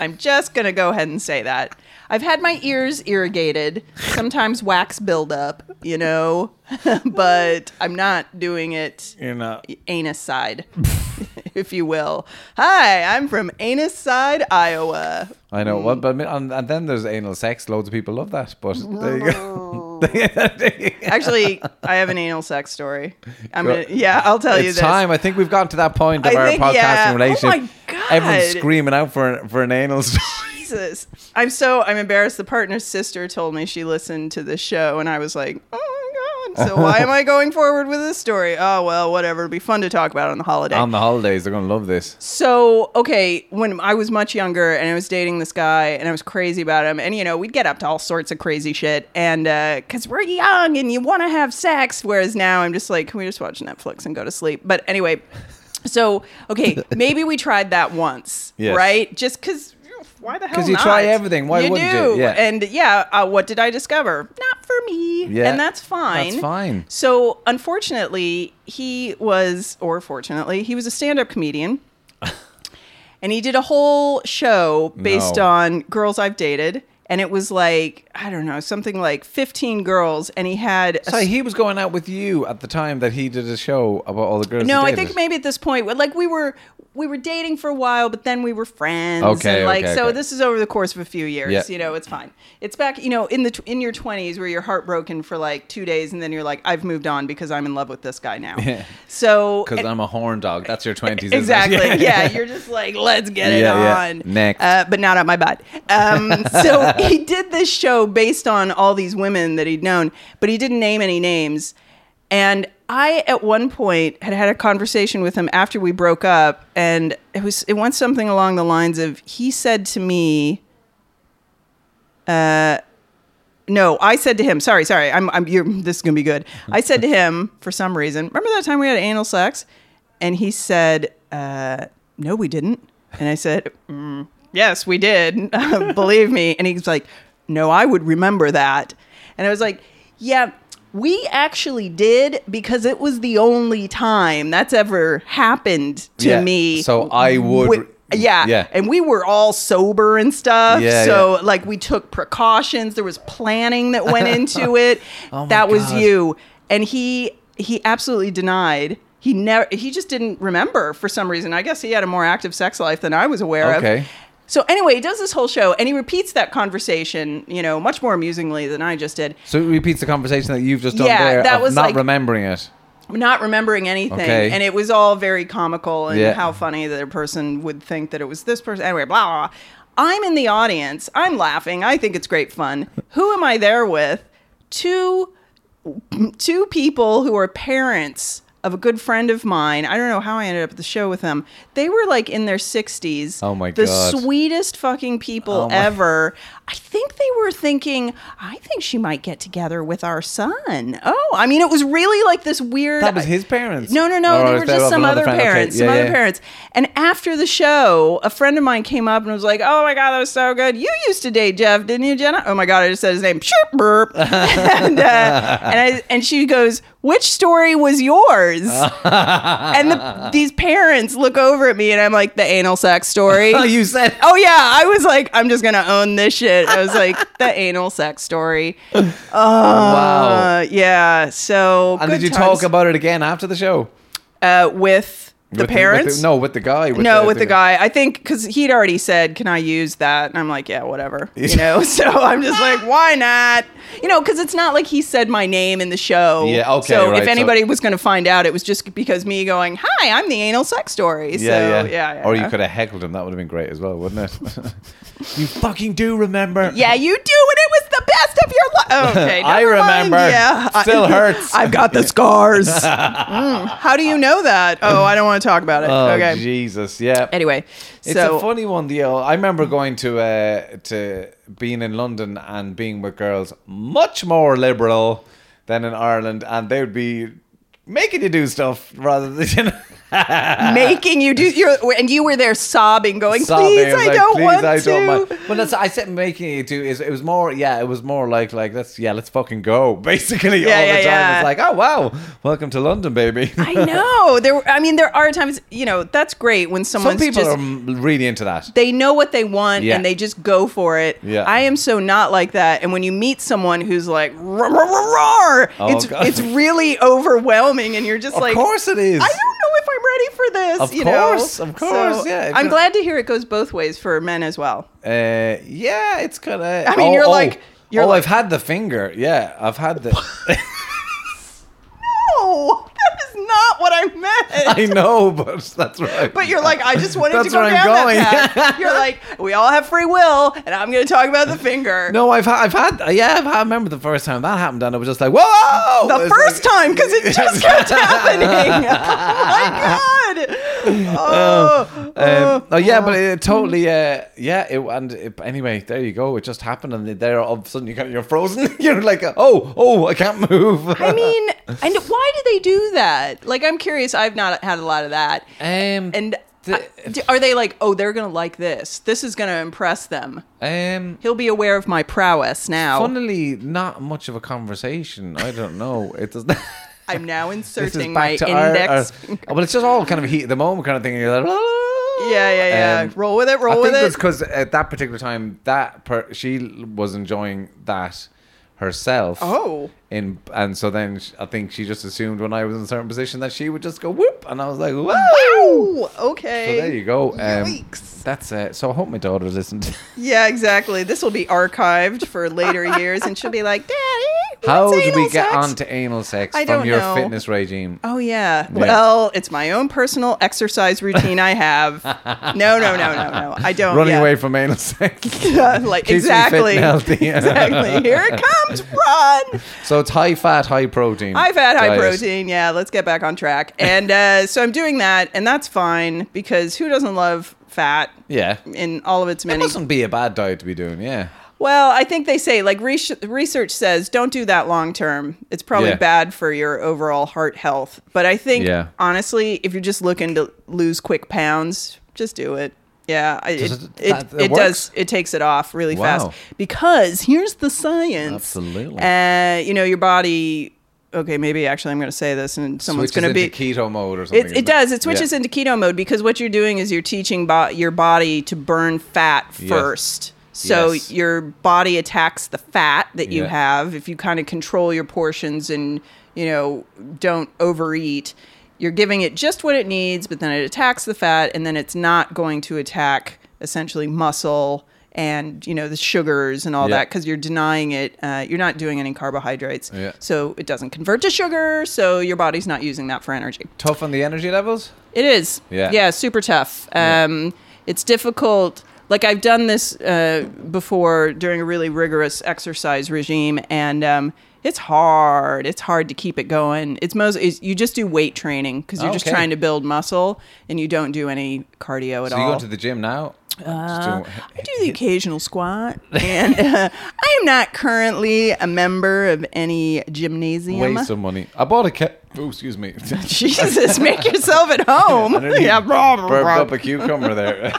I'm just gonna go ahead and say that. I've had my ears irrigated, sometimes wax buildup, you know, but I'm not doing it
You're not.
anus side, if you will. Hi, I'm from anus side, Iowa.
I know.
Mm.
Well, but I mean, and, and then there's anal sex. Loads of people love that, but there you go.
Actually, I have an anal sex story. I'm
Go-
gonna, yeah, I'll tell you
it's
this.
time. I think we've gotten to that point of
I
our
think,
podcasting
yeah. Oh
relationship.
my
Everyone's
God.
screaming out for for an anal. story.
Jesus, I'm so I'm embarrassed. The partner's sister told me she listened to the show, and I was like, oh my god. So why am I going forward with this story? Oh well, whatever. It'll be fun to talk about on the holiday.
On the holidays, they're gonna love this.
So, okay, when I was much younger and I was dating this guy and I was crazy about him, and you know, we'd get up to all sorts of crazy shit, and because we're young and you want to have sex, whereas now I'm just like, can we just watch Netflix and go to sleep? But anyway, so, okay, maybe we tried that once,
Yes.
right? Just because. Why the hell?
'Cause you
not?
try everything. Why wouldn't you?
do.
Yeah.
And yeah, uh, what did I discover? Not for me.
Yeah.
And that's fine.
That's fine.
So, unfortunately, he was, or fortunately, he was a stand up comedian. and he did a whole show based
No.
on girls I've dated. And it was like, I don't know, something like 15 girls. And he had. a
So he was going out with you at the time that he did a show about all the girls.
no,
he
I
dated.
think maybe at this point, well, like we were we were dating for a while, but then we were friends.
Okay,
and like
okay,
so
okay.
this is over the course of a few years.
Yeah.
You know, it's fine. It's back, you know, in the tw- in your twenties where you're heartbroken for like two days, and then you're like, I've moved on because I'm in love with this guy now. So
because I'm a horn dog. That's your twenties.
Exactly. Yeah. you're just like, let's get it
Yeah, yeah.
on.
Next.
Uh, but not on my butt. Um, so he did this show based on all these women that he'd known, but he didn't name any names. And I, at one point, had had a conversation with him after we broke up, and it was it went something along the lines of he said to me. uh, No, I said to him, sorry, sorry, I'm, I'm you're, this is gonna be good. I said to him for some reason, remember that time we had anal sex, and he said, uh, no, we didn't. And I said, mm, yes, we did, believe me. And he's like, no, I would remember that. And I was like, yeah. We actually did because it was the only time that's ever happened to
Yeah,
me.
so I would-
wi- yeah.
yeah.
And we were all sober and stuff.
Yeah,
so
yeah.
like we took precautions. There was planning that went into it.
Oh my
that was
God.
you. And he he absolutely denied. He never he just didn't remember for some reason. I guess he had a more active sex life than I was aware
Okay.
of. So anyway, he does this whole show and he repeats that conversation, you know, much more amusingly than I just did.
So it repeats the conversation that you've just done
Yeah,
there.
that
of
was
not
like-
remembering it.
not remembering anything.
Okay.
And it was all very comical and
Yeah.
how funny that a person would think that it was this person. Anyway, blah, blah, blah. I'm in the audience. I'm laughing. I think it's great fun. Who am I there with? Two two people who are parents of a good friend of mine. I don't know how I ended up at the show with them. They were like in their 60s.
Oh my
the
God.
The sweetest fucking people
Oh my-
ever. I think they were thinking, I think she might get together with our son. Oh, I mean, it was really like this weird.
That was his parents?
No, no, no.
Or
they
was
were
that
just
of
some
another
other
friend? Okay,
parents.
yeah,
some
yeah.
other parents. And after the show, a friend of mine came up and was like, "Oh my god, that was so good. You used to date Jeff, didn't you, Jenna? Oh my god, I just said his name. Chirp, burp. and uh, and, I, and she goes, "Which story was yours?" and the, these parents look over at me, and I'm like, "The anal sex story."
Oh, you said.
Oh yeah, I was like, I'm just gonna own this shit. I was like, the anal sex story.
wow.
Uh, yeah. So
And
good
did you
times.
talk about it again after the show?
uh, with the
With
parents?
with the- no, with the guy. With
no, with the guy. I think because he'd already said, "Can I use that?" And I'm like, "Yeah, whatever." You know. so I'm just like, "Why not?" You know, because it's not like he said my name in the show.
Yeah, okay,
So
right,
if
so-
anybody was going to find out, it was just because me going, "Hi, I'm the anal sex story." So yeah, yeah.
Or you could have heckled him. That would have been great as well, wouldn't it? you fucking do remember.
Yeah, you do, and it was the best of your life. Okay,
I
never mind.
remember.
Yeah,
Still hurts.
I've got the scars. Mm, How do you know that? Oh, I don't want to talk about it.
Oh,
okay.
Jesus. Yeah.
Anyway,
It's
so
a funny one, the old- I remember going to uh, to being in London and being with girls much more liberal than in Ireland, and they would be making you do stuff rather than
making you do your and you were there sobbing, going,
sobbing.
"Please,
was
I
like,
don't
"Please,
want
I
to."
don't mind." Well, that's I said making you do is it was more yeah, it was more like like let's yeah, let's fucking go basically
Yeah,
all the
yeah,
time.
yeah.
It's like oh wow, welcome to London, baby.
I know there. were- I mean, there are times you know that's great when
Some
someone's
people
just
are m- really into that.
they know what they want
Yeah.
and they just go for it.
Yeah.
I am so not like that. And when you meet someone who's like roar, roar, roar, roar,
Oh,
it's
God.
it's really overwhelming, and you're just
Of
like,
course it is.
I don't know if I'm ready for this.
Of
you
course,
know?
of course, yeah.
I'm glad to hear it goes both ways for men as well.
Uh, yeah, it's kind of.
I mean, you're like- you're
oh,
like-
I've had the finger. Yeah, I've had the.
No, that is not what I meant.
I know, but that's right.
But you're like, I just wanted to
That's
go
where I'm
down that
going.
path. You're like, we all have free will, and I'm going to talk about the finger.
No, I've had, I've had, yeah, I've had, I remember the first time that happened, and I was just like, whoa!
the
It's
first
like-
time because it just kept happening. oh my god! Oh, hmm.
Um, oh yeah, but it totally, uh, yeah. It, and it, anyway, there you go. It just happened, and there all of a sudden you got, you're frozen. you're like, oh, oh, I can't move.
I mean, and why do they do that? Like, I'm curious. I've not had a lot of that.
um,
And
the-
I- d- are they like, oh, they're gonna like this? This is gonna impress them.
um,
He'll be aware of my prowess now.
funnily, not much of a conversation. I don't know. It doesn't.
I'm now
this is
inserting my
back to
index.
our- our-
finger.
well, it's just all kind of heat at the moment kind of thing. And you're like, "Ah."
Yeah, yeah, yeah.
Um,
roll with it. Roll
I
with
think
it.
it's because at that particular time, that per- she l- was enjoying that herself.
Oh.
In, and so then sh- I think she just assumed when I was in a certain position that she would just go whoop, and I was like, whoa.
Wow.
So
Okay.
there you go. Um,
Yikes.
That's it. So I hope my daughter listened.
Yeah, exactly. This will be archived for later years, and she'll be like, "Daddy, what's
How do
anal
we get
sex?"
onto anal sex
I
from
don't
your
know.
fitness regime?
Oh yeah. Well, it's my own personal exercise routine I have. No, no, no, no, no. I don't.
Running
Oh, yeah.
away from anal sex.
Yeah, like
Keeps me fit
exactly.
and healthy.
exactly. Here it comes. Run.
So it's high fat, high protein.
I've had high
diet.
protein. Yeah, let's get back on track. And uh, so I'm doing that, and that's fine because who doesn't love fat?
Yeah.
In all of its
It
many
mustn't be a bad diet to be doing, yeah.
Well, I think they say like res- research says don't do that long term. It's probably
Yeah.
bad for your overall heart health. But I think
Yeah.
honestly, if you're just looking to lose quick pounds, just do it. Yeah, I, it,
Does
it,
it- that-
it,
that
does.
works?
It takes it off really
Wow.
fast because here's the science.
Absolutely.
Uh, you know, your body. Okay, maybe actually, I'm going to say this, and someone's
Switches
going to be
into keto mode or something.
it,
isn't
it does. It switches
Yeah.
into keto mode because what you're doing is you're teaching bo- your body to burn fat
Yes.
first. So
Yes.
your body attacks the fat that you
Yeah.
have. If you kind of control your portions and, you know, don't overeat, you're giving it just what it needs, but then it attacks the fat and then it's not going to attack essentially muscle and, you know, the sugars and all
Yeah.
that because you're denying it. Uh, you're not doing any carbohydrates.
Yeah.
So it doesn't convert to sugar. So your body's not using that for energy.
tough on the energy levels.
It is.
Yeah.
Yeah, super tough. Um, It's difficult. Like I've done this uh, before during a really rigorous exercise regime, and um, it's hard. It's hard to keep it going. It's most it's, you just do weight training because you're just
Okay.
trying to build muscle and you don't do any cardio at
So you
all.
go to the gym now? Just
I do the occasional squat, and uh, I am not currently a member of any
do-
gymnasium.
waste some money. I bought a cat. Oh, excuse me.
Jesus, make yourself at home. yeah, blah, blah,
Burped
blah.
up a cucumber there.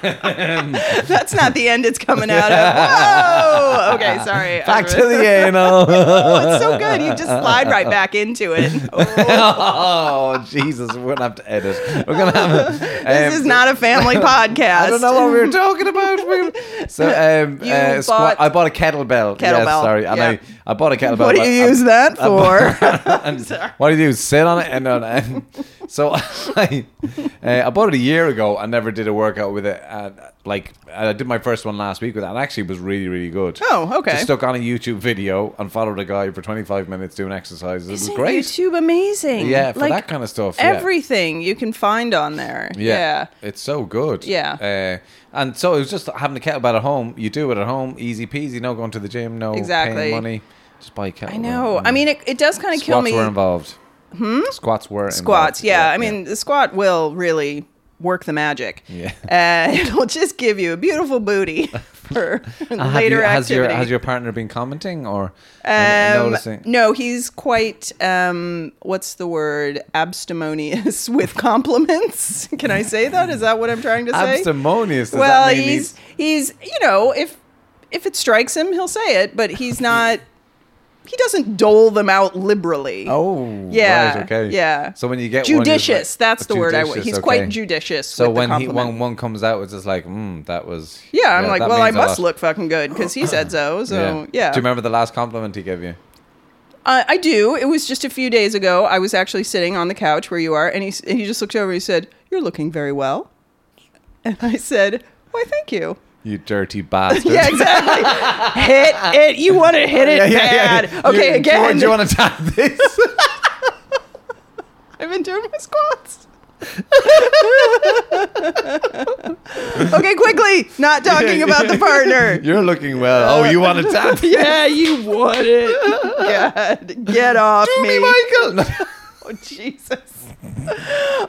that's not the end it's coming out of. Whoa! Okay, sorry.
Back to the anal.
Oh, it's so good. You just slide right back into it. Oh,
oh, Jesus. We're going to have to edit. We're going to have a.
this
um,
is not a family podcast.
I don't know what we were talking about. We- so um,
You
uh, squat,
bought-
I bought a kettlebell. Yes,
Kettlebell,
sorry, and
yeah.
I, I bought a kettlebell.
What do
but
you
I-
use that for?
and what do you do? Sit on it and on it. So I, uh, I bought it a year ago. I never did a workout with it. And, uh, like I did my first one last week with it, and actually it was really really good.
Oh, okay.
Just stuck on a YouTube video and followed a guy for 25 minutes doing exercises. it was
Isn't
great.
YouTube amazing.
Yeah, for that kind of stuff, yeah.
Everything you can find on there. Yeah.
It's so good. Uh,
Yeah.
and so it was just having a kettlebell at home. You do it at home, easy peasy, no going to the gym, no
Exactly.
paying money. Just buy a kettlebell.
I know. I mean, it, it does kind of kill me.
Squats were involved. Hmm? Squats were
squats.
involved.
Yeah, I mean the squat will really work the magic.
Yeah.
uh, it'll just give you a beautiful booty for
Uh, have
later
you- has
activity.
your has your partner been commenting or and- and
um,
noticing?
no, he's quite um, what's the word abstemious with compliments. Can I say that? Is that what I'm trying to say?
Abstemious. Does
well,
that mean
he's, he's you know if if it strikes him, he'll say it, but he's not. He doesn't dole them out liberally.
Oh,
Yeah,
right, okay.
yeah.
So when you get one, you're just like-
judicious, that's the word I would.
Judicious,
He's
okay.
quite judicious.
So
with the
when he
compliment.
when one comes out, it's just like, mm, that was.
Yeah, I'm like,
that
well, I
means a
must
lot."
look fucking good because he said so. So yeah,
Do you remember the last compliment he gave you?
Uh, I do. It was just a few days ago. I was actually sitting on the couch where you are, and he s- and he just looked over and he said, "You're looking very well," and I said, "Why, thank you."
You dirty bastard.
Yeah, exactly. hit it. You want to hit it bad. Okay,
You-
again.
Do you, want to tap this?
I've been doing my squats. okay, quickly. Not talking about the partner.
You're looking well. Oh, you want to tap?
Yeah, you would it. God, get off
Do me, Michael.
Oh, Jesus.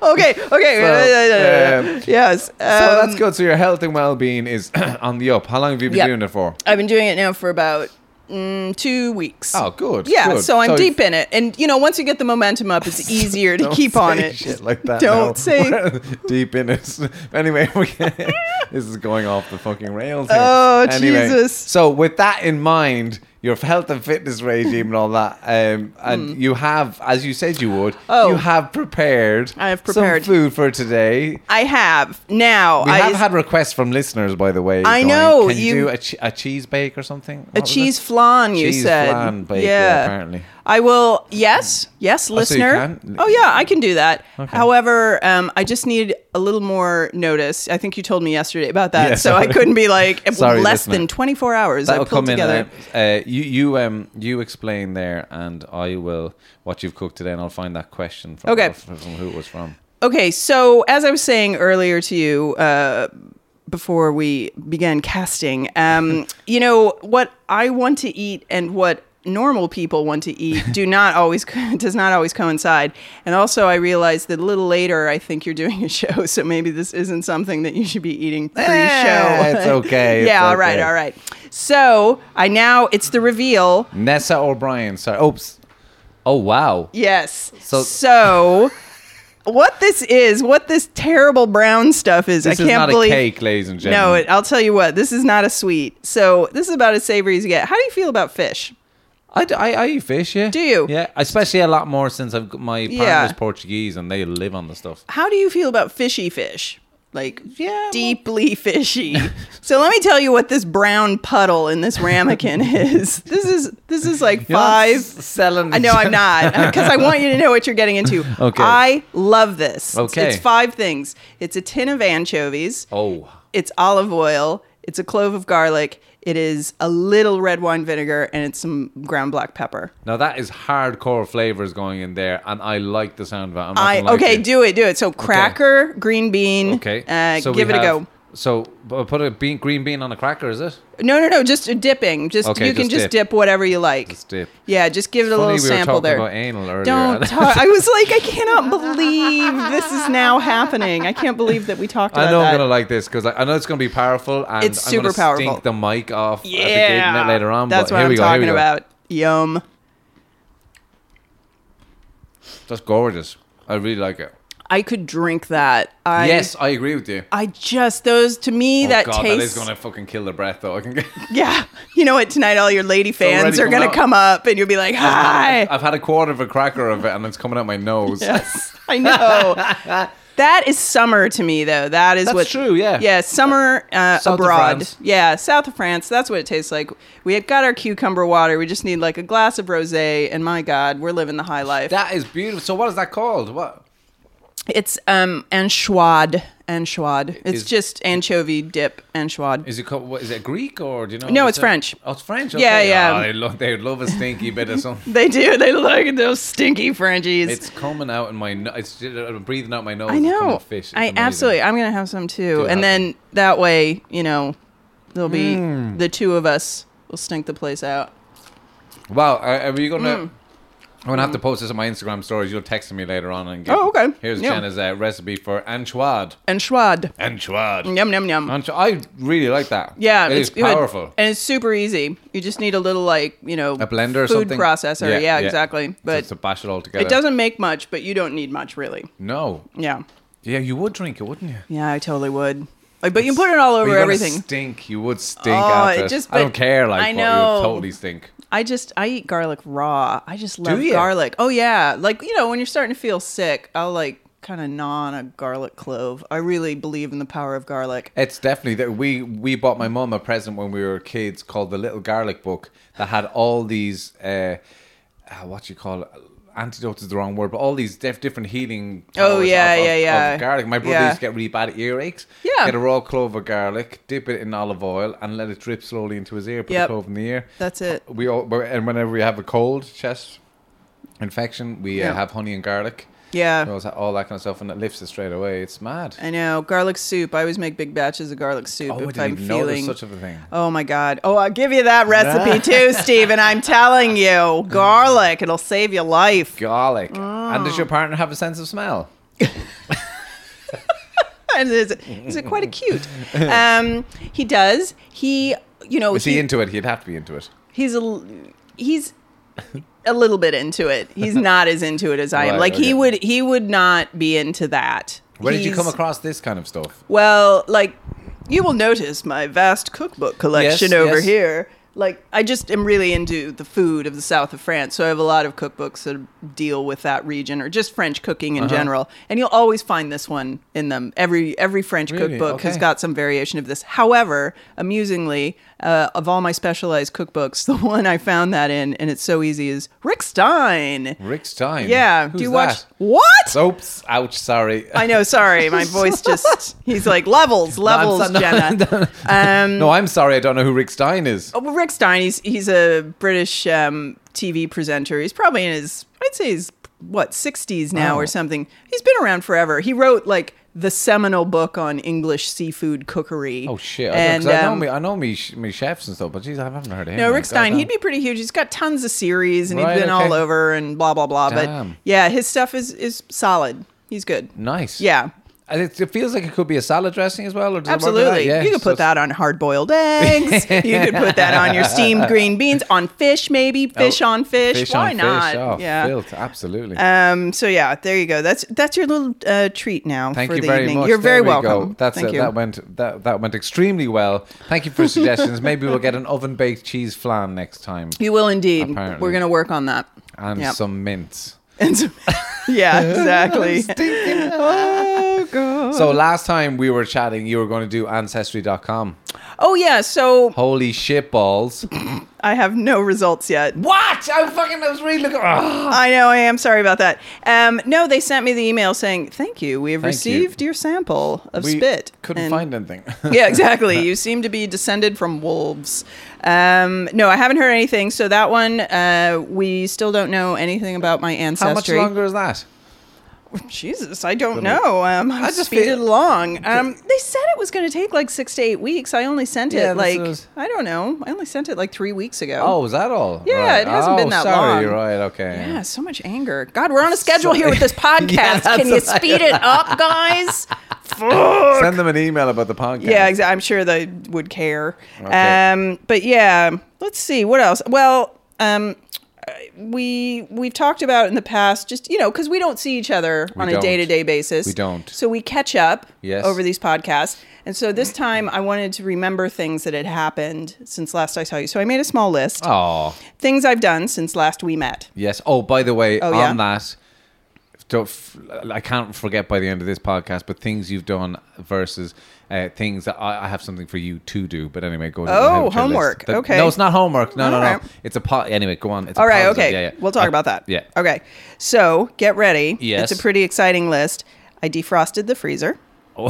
okay, okay.
So, um,
yes.
so
um,
that's good. So your health and well-being is on the up. How long have you been
Yeah.
doing it for?
I've been doing it now for about mm, two weeks.
Oh, good.
Yeah,
good.
so I'm
if-
deep in it. And, you know, once you get the momentum up, it's easier to
Don't
keep on
say
it.
Shit like that.
Don't
now.
say.
We're deep in it. Anyway, we this is going off the fucking rails. Here.
Oh,
Anyway,
Jesus.
So with that in mind, your health and fitness regime and all that, um, and you have, as you said you would,
Hmm. Oh.
you have prepared.
I have prepared.
some food for today.
I have. Now,
We
I
have had requests from listeners, by the way.
I
going,
know,
Can you,
you-
do a, che- a cheese bake or something? What
a
was it?
cheese flan. You
Cheese
said,
flan bake, yeah, apparently.
I will. Yes, yes,
so you
listener.
can?
Oh, yeah, I can do that. However, um, I just need a little more notice. I think you told me yesterday about that,
Yeah,
so I
sorry.
couldn't be like
Sorry,
less
listener.
than twenty four hours. I
That'll
pulled
come in.
together.
uh, Uh, you you um you explain there, and I will what you've cooked today, and I'll find that question from
Okay.
from, from who it was from.
Okay, so as I was saying earlier to you, uh, before we began casting, um, you know what I want to eat and what normal people want to eat do not always does not always coincide. And also, I realized that a little later, I think you're doing a show, so maybe this isn't something that you should be eating pre-show.
Eh, it's okay, it's
yeah, all right,
okay.
all right. So I now it's the reveal.
Nessa O'Brien. Sorry. Oops. Oh wow.
Yes.
So-
So, what this is, what this terrible brown stuff is,
This
I
is
can't
not
believe.
a cake, ladies and gentlemen.
no, it, I'll tell you what, this is not a sweet. So this is about as savory as you get. How do you feel about fish?
I, d- I- I eat fish. Yeah.
Do you?
Yeah. Especially a lot more since I've got my partner's
Yeah.
Portuguese and they live on the stuff.
How do you feel about fishy fish? Like
Yeah,
deeply fishy. so let me tell you what this brown puddle in this ramekin is. This is this is like
You're not
five
s- selling.
I know I'm not because I want you to know what you're getting into.
Okay.
I love this. It's-
Okay.
It's five things. It's a tin of anchovies.
Oh.
It's olive oil. It's a clove of garlic. It is a little red wine vinegar, and it's some ground black pepper.
Now that is hardcore flavors going in there, and I like the sound of it. I'm not
I
gonna lie to
okay,
you.
do it, do it. So cracker, green bean.
Okay.
Uh,
So we
give it a
have-
go.
So bu- put a bean, green bean on a cracker, is it?
No, no, no. Just dipping. Just
Okay,
you can
just
just
dip.
dip whatever you like.
Just dip.
Yeah, just give it a
Funny
little
we were
sample
talking
there.
about anal earlier.
Don't talk. I was like, I cannot believe this is now happening. I can't believe that we talked about
I know
that.
I'm gonna like this because I know it's gonna be powerful and
It's
I'm gonna
super powerful.
stink the mic off. at the gig
yeah,
net later on.
That's
but
what
here
I'm
we go, here we
talking
go.
about. Yum.
That's gorgeous. I really like it.
I could drink that. I,
yes, I agree with you.
I just those to me
Oh
that
God, that is
tastes.
gonna fucking kill the breath though. I can get.
Yeah, you know what? Tonight, all your lady fans
already
are
come
gonna
out.
come up, and you'll be like, "Hi."
I've had a quarter of a cracker of it and it's coming out my nose.
Yes, I know. that is summer to me, though. That is
That's
what.
true, yeah.
Yeah, summer uh,
South of
abroad.
France.
yeah, south of France. That's what it tastes like. We had got our cucumber water. We just need like a glass of rosé, and my God, we're living the high life.
That is beautiful. So what is that called? What?
it's um anchoade, anchoade. It's
Is-
just anchovy dip anchoade.
Is it called, what, is it Greek or do you know?
No,
Is
it's
it-
French.
Oh, it's French.
Yeah,
okay.
yeah.
Oh, they love they would love a stinky bit of something.
They do. They like those stinky Frenchies.
It's coming out in my. No- it's I'm breathing out my nose.
I
It's coming
know.
out Fish. It's
I
amazing.
absolutely. I'm gonna have some too,
have
and then that way, you know, there'll be
Hmm.
the two of us will stink the place out.
Wow. Are, are you gonna?
Mm.
I'm gonna have to post this on my Instagram stories. You'll text me later on and get.
Oh, okay.
Here's
Yeah.
Jenna's uh, recipe for anchoad.
And schwad.
Anchoad.
Yum yum yum.
Ancho- I really like that.
yeah,
it is
good.
powerful.
and it's super easy. You just need a little like you know
A blender or
food
something.
processor. Yeah, exactly.
So
But
it's to bash it all together.
it doesn't make much, but you don't need much really.
No.
Yeah,
Yeah, you would drink it, wouldn't you?
yeah, I totally would. Like, but you can put it all
But
over
you're gonna
everything.
Stink. You would stink.
Oh,
after
it
it.
just-
I don't
but
care. Like,
I
But you
know.
would totally stink.
I just I eat garlic raw. I just love
ya?
garlic. Oh yeah, like you know when you're starting to feel sick, I'll like kind of gnaw on a garlic clove. I really believe in the power of garlic.
It's definitely that we we bought my mum a present when we were kids called the Little Garlic Book that had all these uh, uh what do you call it antidotes is the wrong word but all these diff- different healing
Oh,
powers
yeah,
of, of-
yeah, yeah.
of garlic my brother
Yeah.
used to get really bad earaches
Yeah.
get a raw clove of garlic dip it in olive oil and let it drip slowly into his ear put
Yep.
the clove in the ear
That's it.
we all and whenever we have a cold chest infection we uh,
Yeah.
have honey and garlic
Yeah.
We always have all that kind of stuff and it lifts it straight away it's mad
I know garlic soup. I always make big batches of garlic soup
Oh, I
if
didn't
I'm
even know
feeling.
there's such a thing.
Oh my god! Oh, I'll give you that recipe too, Stephen. I'm telling you, garlic. It'll save your life.
garlic. And
Ah.
does your partner have a sense of smell?
And is it, is it quite acute? Um, he does. Oh, He, you know,
Is he into it? He'd have to be into it.
he's a l- he's a little bit into it. He's not as into it as I am.
Right,
like
okay.
he would he would not be into that.
Where did you
He's-
come across this kind of stuff?
Well, like you will notice my vast cookbook collection
Yes,
over
yes.
here. Like I just am really into the food of the south of France, so I have a lot of cookbooks that deal with that region or just French cooking in
Uh-huh.
general. And you'll always find this one in them. Every every French
Really?
cookbook has
Okay.
got some variation of this. However, amusingly, uh, of all my specialized cookbooks, the one I found that in, and it's so easy, is Rick Stein.
Rick Stein.
Yeah,
Who's
do you watch
that?
what?
Oops! Ouch! Sorry.
I know. Sorry, my voice just—he's like levels, levels,
no,
Jenna. Um,
no, I'm sorry. I don't know who Rick Stein is.
well, Rick Stein, he's he's a British um, TV presenter. He's probably in his, I'd say his what sixties now
Oh.
or something. He's been around forever. He wrote like the seminal book on English seafood cookery.
Oh shit! I, and, I know
um,
me. I know me. sh- Me chefs and stuff, but geez, I haven't heard of him.
No,
man.
Rick Stein,
Goddamn.
he'd be pretty huge. He's got tons of series and
Right,
he's been
okay.
all over and blah blah blah.
Damn.
But yeah, his stuff is is solid. He's good.
nice.
Yeah.
And it, it feels like it could be a salad dressing as well. Or does it work with
Absolutely.
that? Yeah,
you could
so
put that on hard boiled eggs. you could put that on your steamed green beans, on fish maybe, fish on fish.
Oh, Fish
Why
on
not?
Fish. Oh,
yeah.
filth, Absolutely.
Um so yeah, there you go. That's that's your little uh, treat now
Thank
for
you
the
very
evening.
much.
You're
There
very
we
welcome.
Go. That's
Thank
it.
you.
That went that, that went extremely well. Thank you for your suggestions. Maybe we'll get an oven baked cheese flan next time,
you will indeed.
Apparently.
We're gonna work on that.
and
Yep.
some mints.
And some- yeah, exactly.
So last time we were chatting, you were going to do ancestry.com.
oh yeah, so
Holy shit balls!
I have no results yet.
what? I fucking I was really looking. Ah.
I know I am sorry about that. Um, no, they sent me the email saying, "Thank you. We have
Thank you.
received your sample of
We
spit."
Couldn't
And-
find anything.
yeah, exactly. You seem to be descended from wolves. Um, no, I haven't heard anything. So that one, uh, we still don't know anything about my
How much
ancestry.
longer is that?
Jesus, I don't know. Um, I just speed it along. Um, they said it was going to take like six to eight weeks. I only sent
Yeah,
it
this
like
was-
I don't know. I only sent it like three weeks ago.
Oh, is that all?
Yeah,
Right.
it hasn't been
Oh,
that
sorry,
long.
You're right. Okay.
Yeah, so much anger. God, we're on a schedule here with this podcast.
Yeah, that's
Can you
what
speed it up, guys?
Send them an email about the podcast.
Yeah, exa- I'm sure they would care.
Okay.
Um, but yeah, let's see what else. Well, um, uh, we we've talked about in the past, just you know, because we don't see each other on a
don't.
day to day basis.
We don't.
So we catch up
Yes.
over these podcasts. And so this time, I wanted to remember things that had happened since last I saw you. So I made a small list
Oh,
things I've done since last we met.
yes. Oh, by the way,
Oh,
on
yeah?
that, don't f- I can't forget by the end of this podcast, but things you've done versus uh, things that I, I have something for you to do. But anyway, go. ahead and
Oh,
head with your
homework.
That-
Okay.
No, it's not homework. No, no, no.
Alright.
It's a pot. Anyway, go on. It's a
All right,
positive.
okay.
Yeah, yeah.
We'll talk
Uh,
about that.
Yeah.
Okay. So get ready.
Yes.
It's a pretty exciting list. I defrosted the freezer.
Oh.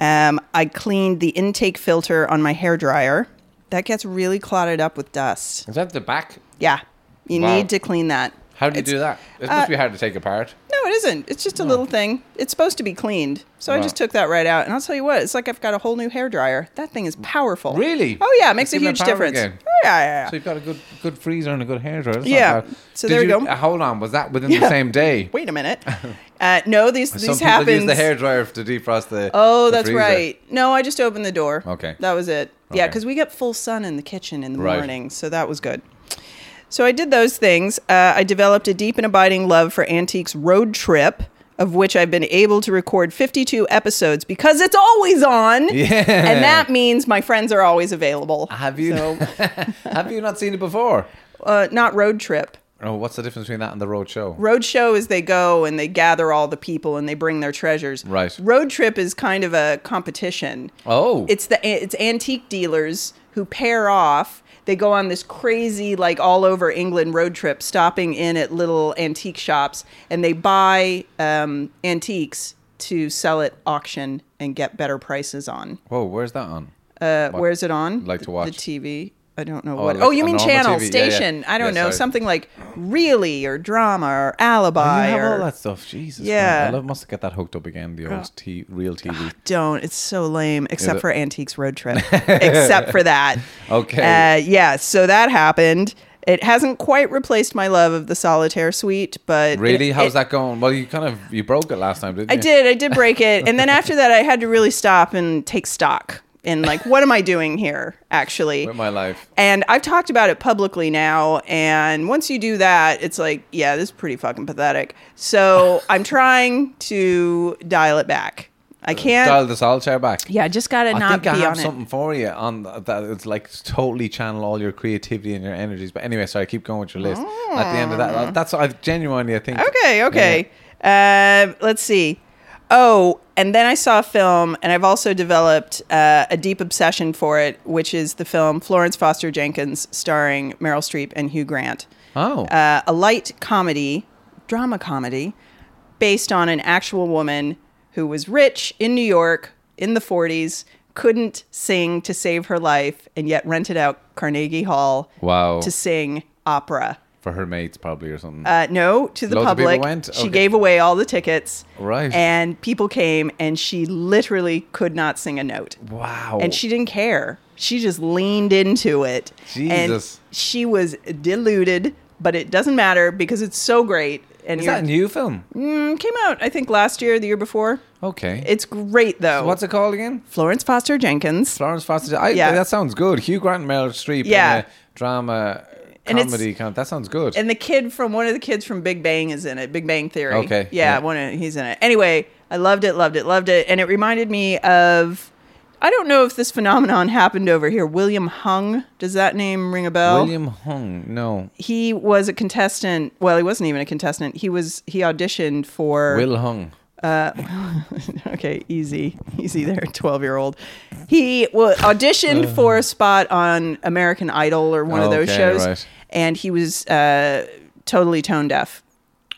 Um, I cleaned the intake filter on my hair dryer. That gets really clotted up with dust.
Is that the back?
Yeah. You
Wow.
need to clean that.
How do you
It's- uh,
do that? Oh. It must be hard to take apart.
No, it isn't. It's just a little thing. It's supposed to be cleaned. So I just took that right out. And I'll tell you what, it's like I've got a whole new hair dryer. That thing is powerful.
Really?
Oh, yeah. It makes
It's
a
giving it
huge
power
difference.
again.
Oh, yeah, yeah, yeah.
So you've got a good good freezer and a good hairdryer. That's not
Yeah.
bad.
So
Did
there you
you,
go.
uh, Hold on, was that within
Yeah.
the same day?
Wait a minute. Uh, no, these,
Some
these
people
happen.
use the hairdryer to defrost the.
Oh,
the
that's
freezer.
right. No, I just opened the door.
Okay.
That was it. Yeah,
Okay.
because we get full sun in the kitchen in the
Right.
morning, so that was good. So I did those things. Uh, I developed a deep and abiding love for Antiques Road Trip, of which I've been able to record 52 episodes because it's always on.
Yeah.
And that means my friends are always available.
Have you
So,
have you not seen it before?
uh, not Road Trip.
Oh, what's the difference between that and the road show?
Road show is they go and they gather all the people and they bring their treasures.
Right.
Road trip is kind of a competition.
Oh.
It's the it's antique dealers who pair off. They go on this crazy like all over England road trip, stopping in at little antique shops and they buy um, antiques to sell at auction and get better prices on.
Whoa, where's that on?
Uh, where's it on?
Like to
The-
watch.
the TV. I don't know what.
like
oh, you
a
mean
normal
channel,
TV. Yeah, yeah.
station? I don't
Yeah,
know
sorry.
something like really or drama or alibi
you have
or
all that stuff. Jesus.
Yeah.
man. I love, must get that hooked up again. The old t- real TV.
don't. It's so lame, except for Antiques Road Trip. except for that.
Okay.
Uh, yeah, so that happened. It hasn't quite replaced my love of the solitaire suite, but
Really?
it-
How's
it-
that going? Well, you kind of you broke it last time, didn't
I
you?
did. I did break it, and then after that, I had to really stop and take stock and like, what am I doing here? Actually,
With my life.
And I've talked about it publicly now. And once you do that, it's like, yeah, this is pretty fucking pathetic. So I'm trying to dial it back. I can't.
Uh, Dial the solitaire back.
yeah, I just gotta
I
not
think
be
I have
on it.
something for you on th- that. It's like totally channel all your creativity and your energies. But anyway, sorry, keep going with your list. At the end of that, that's I genuinely I think.
Okay, okay. Um, let's see. Oh, and then I saw a film, and I've also developed uh, a deep obsession for it, which is the film Florence Foster Jenkins, starring Meryl Streep and Hugh Grant.
Oh.
Uh, a light comedy, drama comedy, based on an actual woman who was rich in New York in the 40s, couldn't sing to save her life, and yet rented out Carnegie Hall
Wow.
to sing opera.
for her mates probably or something.
Uh, no, to the
Loads of people
public.
went?
She
Okay.
gave away all the tickets.
Right.
And people came, and she literally could not sing a note.
wow.
And she didn't care. She just leaned into it.
Jesus.
And she was deluded, but it doesn't matter because it's so great. And
is
you're-
that a new film?
Mm, came out, I think, last year, the year before.
Okay.
It's great though.
What's it called again?
Florence Foster Jenkins.
Florence Foster. I,
Yeah.
that sounds good. Hugh Grant, and Meryl Streep. in
Yeah.
a drama,
And it's-
comedy. Kind of, that sounds good.
and the kid from one of the kids from Big Bang is in it. Big Bang Theory.
Okay,
Yeah,
yeah.
one of, he's in it. Anyway, I loved it, loved it, loved it, and it reminded me of. I don't know if this phenomenon happened over here. William Hung. Does that name ring a bell?
William Hung. No.
He was a contestant. Well, he wasn't even a contestant. He was. He auditioned for.
Will Hung.
okay, easy, easy there, twelve-year-old. He well, auditioned for a spot on American Idol or one of those
Uh. Okay,
shows,
right.
and he was uh, totally tone deaf.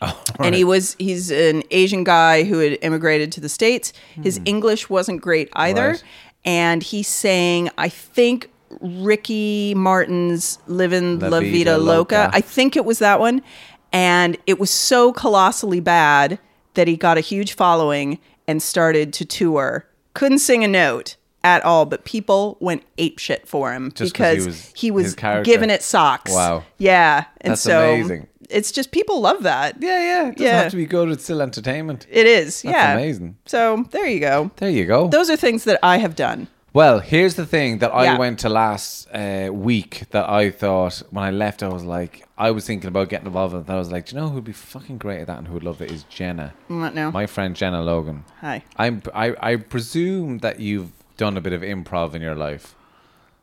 Oh,
And he was he's an Asian guy who had immigrated to the States. His English wasn't great either.
Hmm. Right.
And he sang, I think, Ricky Martin's Livin' La,
La
Vida,
Vida
Loca.
Loca.
I think it was that one. And it was so colossally bad that he got a huge following and started to tour. Couldn't sing a note at all, but people went apeshit for him
Just 'cause he
because
was-
he was,
his character.
giving it socks.
Wow.
Yeah. And
That's
so
amazing.
it's just people love that.
Yeah, yeah. It doesn't
Yeah.
have to be good. It's still entertainment.
It is.
That's
yeah.
amazing.
So there you go.
There you go.
Those are things that I have done.
Well, here's the thing that I
Yeah.
went to last uh, week that I thought when I left, I was like, I was thinking about getting involved with it. I was like, do you know who'd be fucking great at that and who'd love it is Jenna.
What now?
My friend Jenna Logan.
Mm, Hi.
I'm, I, I presume that you've done a bit of improv in your life.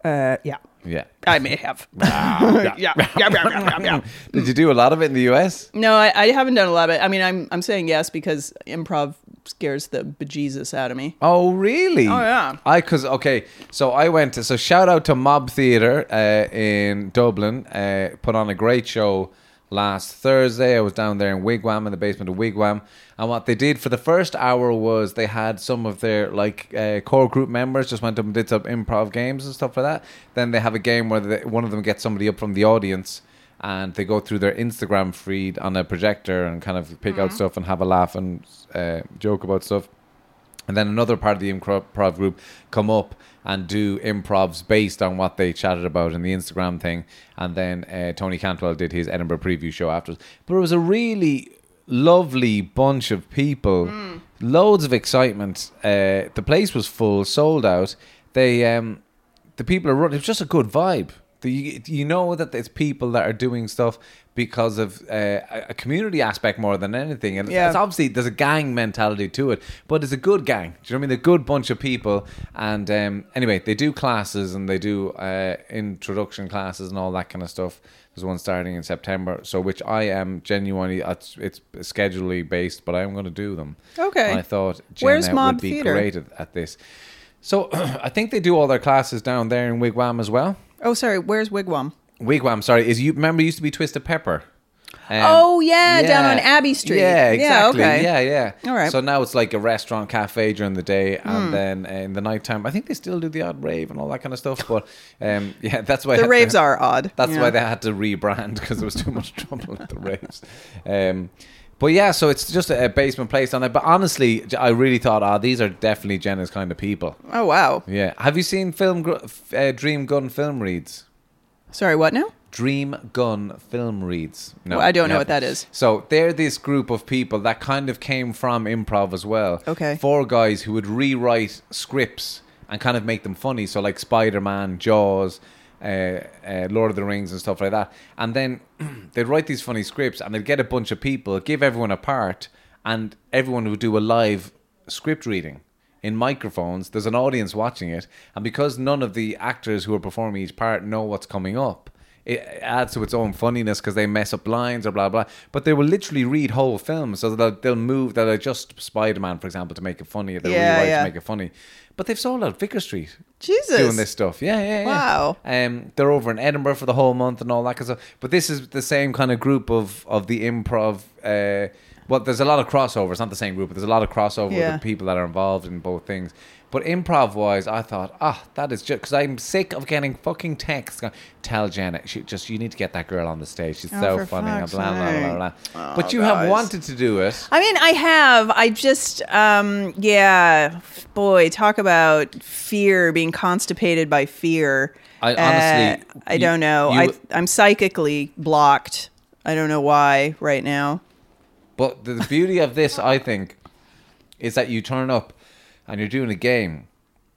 Uh, yeah.
Yeah.
I may have. yeah. Yeah, yeah, yeah, yeah.
Did you do a lot of it in the US?
No, I, I haven't done a lot of it. I mean, I'm I'm saying yes because improv scares the bejesus out of me.
Oh really? Oh
yeah.
I cause okay, so I went to so shout out to Mob Theatre uh, in Dublin. Uh, put on a great show last Thursday. I was down there in Wigwam in the basement of Wigwam, and what they did for the first hour was they had some of their like uh, core group members just went up and did some improv games and stuff like that. Then they have a game where they, one of them gets somebody up from the audience and they go through their Instagram feed on a projector and kind of pick out stuff and have a laugh and uh, joke about stuff. And then another part of the improv group come up and do improvs based on what they chatted about in the Instagram thing. And then uh, Tony Cantwell did his Edinburgh preview show afterwards. But it was a really lovely bunch of people, loads of excitement. Uh, the place was full, sold out. They um, the people are running. It's just a good vibe. The, you, you know that it's people that are doing stuff because of uh, a- a community aspect more than anything. And it's-
Yeah.
it's obviously there's a gang mentality to it, but it's a good gang. Do you know what I mean? A good bunch of people. And um, anyway, they do classes and they do uh, introduction classes and all that kind of stuff. There's one starting in September, so which I am genuinely it's, it's schedulally based, but I am going to do them.
Okay.
And I thought
Where's
Jenna
Mob
would be
Theatre?
great at, at this. So I think they do all their classes down there in Wigwam as well.
Oh, sorry. Where's Wigwam?
Wigwam, sorry, is you remember it used to be Twisted Pepper. Um,
Oh, yeah, down on Abbey Street.
Yeah,
Yeah,
exactly. Yeah,
okay.
yeah.
All right. Hmm.
So now it's like a restaurant cafe during the day, and then uh, in the nighttime, I think they still do the odd rave and all that kind of stuff. But um, yeah, that's why
The raves are odd.
That's
Yeah.
why they had to rebrand because there was too much trouble at the raves. Um, but yeah, so it's just a a basement place on it. But honestly, j- I really thought, ah, these are definitely Jenna's kind of people.
Oh wow.
Yeah. Have you seen film gr- f- uh, Dream Gun film reads?
Sorry. What now?
Dream Gun Film Reads.
Well, I don't know
never.
what that is.
So they're this group of people that kind of came from improv as well.
Okay.
Four guys who would rewrite scripts and kind of make them funny. So like Spider Man, Jaws, uh, uh, Lord of the Rings, and stuff like that. And then they'd write these funny scripts and they'd get a bunch of people, give everyone a part, and everyone would do a live script reading in microphones. There's an audience watching it, and because none of the actors who are performing each part know what's coming up, it adds to its own funniness because they mess up lines or blah blah. But they will literally read whole films, so they'll, they'll move, they'll adjust Spider Man, for example, to make it funny. They'll
Yeah,
rewrite
yeah.
to make it funny. But they've sold out Vicar Street.
Jesus.
Doing this stuff. Yeah, yeah, yeah.
Wow.
Um, they're over in Edinburgh for the whole month and all that kind of stuff. But this is the same kind of group of of the improv. Uh, well, there's a lot of crossover. It's not the same group, but there's a lot of crossover
Yeah.
with the people that are involved in both things. But improv wise, I thought, ah, that is just because I'm sick of getting fucking texts. going, Tell Janet, she just you need to get that girl on the stage. She's
Oh,
so
for
funny. and
fuck's
Blah blah blah blah.
sake.
but
Oh,
you have
guys.
wanted to do it.
I mean, I have. I just, um, yeah, boy, talk about fear, being constipated by fear.
I honestly-
Uh, I
you-
don't know.
you-
I, I'm psychically blocked. I don't know why right now.
But the, the beauty of this, I think, is that you turn up and you're doing a game.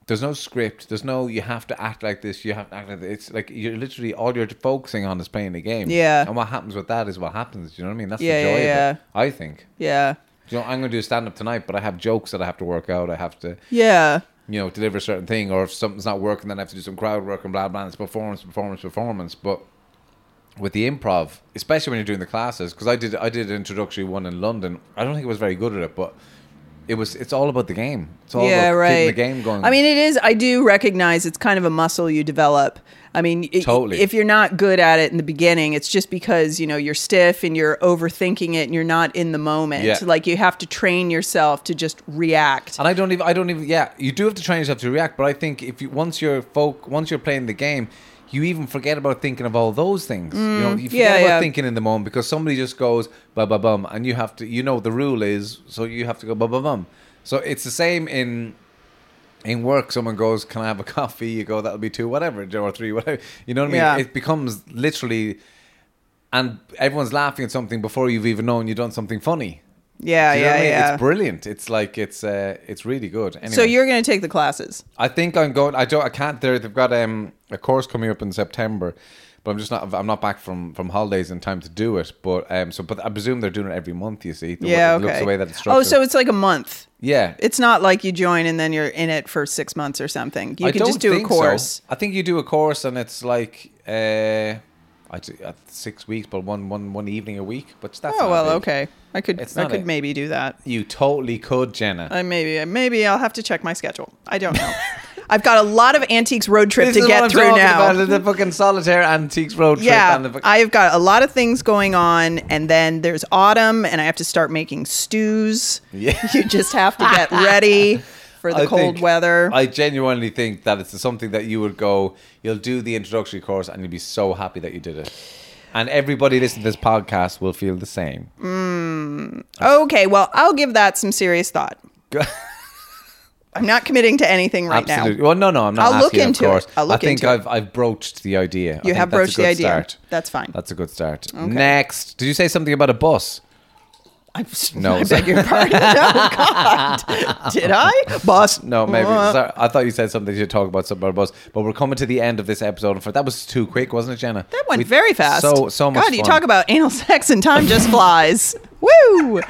There's no script. There's no you have to act like this. You have to act like this. It's like you're literally all you're focusing on is playing the game.
Yeah.
And what happens with that is what happens. Do you know what I mean? That's
Yeah,
the joy
yeah, yeah.
of it. I think.
Yeah,
You know, I'm going to do stand up tonight, but I have jokes that I have to work out. I have to
yeah,
you know, deliver a certain thing, or if something's not working, then I have to do some crowd work and blah blah. and It's performance, performance, performance. But with the improv, especially when you're doing the classes, because I did I did an introductory one in London. I don't think I was very good at it, but it was. It's all about the game. It's all
yeah.
about
Right.
keeping the game going.
I mean, it is. I do recognize it's kind of a muscle you develop. I mean, i-
Totally.
If you're not good at it in the beginning, it's just because you know you're stiff and you're overthinking it and you're not in the moment.
Yeah.
Like you have to train yourself to just react.
And I don't even. I don't even. Yeah, you do have to train yourself to react. But I think if you once you're folk, once you're playing the game, you even forget about thinking of all those things. you know, you forget
Mm, Yeah,
about
yeah.
thinking in the moment because somebody just goes ba ba bum, and you have to. You know the rule is so you have to go ba ba bum. So it's the same in in work, someone goes, "Can I have a coffee?" You go, "That'll be two, whatever, two or three, whatever." You know what I mean?
Yeah.
It becomes literally, and everyone's laughing at something before you've even known you've done something funny.
Yeah,
Do you know
yeah,
what I mean?
yeah.
It's brilliant. It's like it's uh, it's really good. Anyway,
So you're going to take the classes.
I think I'm going. I don't. I can't. They're, they've got um, a course coming up in September, but I'm just not. I'm not back from from holidays in time to do it. But um, so but I presume they're doing it every month. You see, the way-
yeah,
it looks
okay.
the way that it's
oh,
structured.
so it's like a month.
yeah,
It's not like you join and then you're in it for six months or something. You can just do a
think so.
course.
I think you do a course, and it's like uh, I do, uh, six weeks, but one one one evening a week. But that's
Oh
not
well,
big.
okay. I could
It's
I
not
could
a-
maybe do that.
You totally could, Jenna.
I Uh, maybe maybe I'll have to check my schedule. I don't know. I've got a lot of antiques road trip to get through now.
About, the fucking solitaire antiques road trip. and the
Yeah,
fuck-
I've got a lot of things going on, and then there's autumn, and I have to start making stews.
Yeah.
you just have to get ready for the
I
cold
think-
weather.
I genuinely think that it's something that you would go. You'll do the introductory course, and you'll be so happy that you did it. And everybody listening to this podcast will feel the same.
Mm, okay, well, I'll give that some serious thought. I'm not committing to anything right
Absolutely.
now.
Well, no, no, I'm not.
I'll look
asking, of
into it.
course.
I'll look
I think
into it.
I've I've broached the idea. I
You
think that's
have
a
broached the
good
idea.
Start.
That's fine.
That's a good start. Next, did you say something about a bus?
I,
No.
I beg your pardon. Oh God, did I? Boss,
No, maybe.
Uh,
Sorry, I thought you said something you should talk about something about a bus, but we're coming to the end of this episode. For that was too quick, wasn't it, Jenna?
That went
We-
very fast.
So so much.
God, you
fun.
talk about anal sex and time just flies. Woo!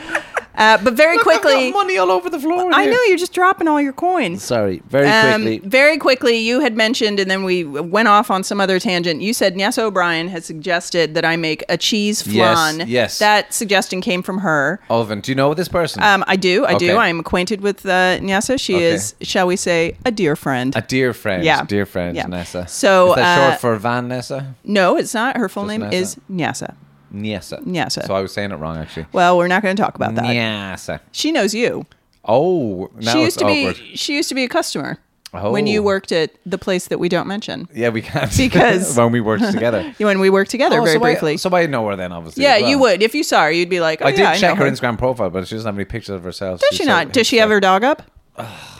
Uh, but very quickly,
I've got money all over the floor.
I
here.
know you're just dropping all your coins.
Sorry, very
Um,
quickly.
very quickly, you had mentioned, and then we went off on some other tangent. You said Ness O'Brien had suggested that I make a cheese
Yes,
flan.
yes.
That suggestion came from her.
Oven, do you know this person?
Um, I do, I
Okay.
do. I'm acquainted with uh, Nyasa. She
Okay.
is, shall we say, a dear friend.
a dear friend.
Yeah.
dear friend,
Yeah.
Nessa.
So,
is that
uh,
short for Van Nessa?
no, it's not. Her full
Just
name
Nyasa.
is Nyasa.
Nessa.
Nyasa.
So I was saying it wrong actually.
Well, we're not going to talk about that.
Nyasa.
She knows you.
Oh, now it's
she used to
awkward.
be she used to be a customer
Oh.
when you worked at the place that we don't mention
Yeah, we can't
Because-
when we worked together.
when we worked together
Oh,
very
so
briefly.
I, so I know her then, obviously.
yeah,
as well.
you would if you saw her, you'd be like, oh,
I
yeah,
did
know
check her
her.
Instagram profile, but she doesn't have any pictures of herself.
Does she not? Does she have her dog up?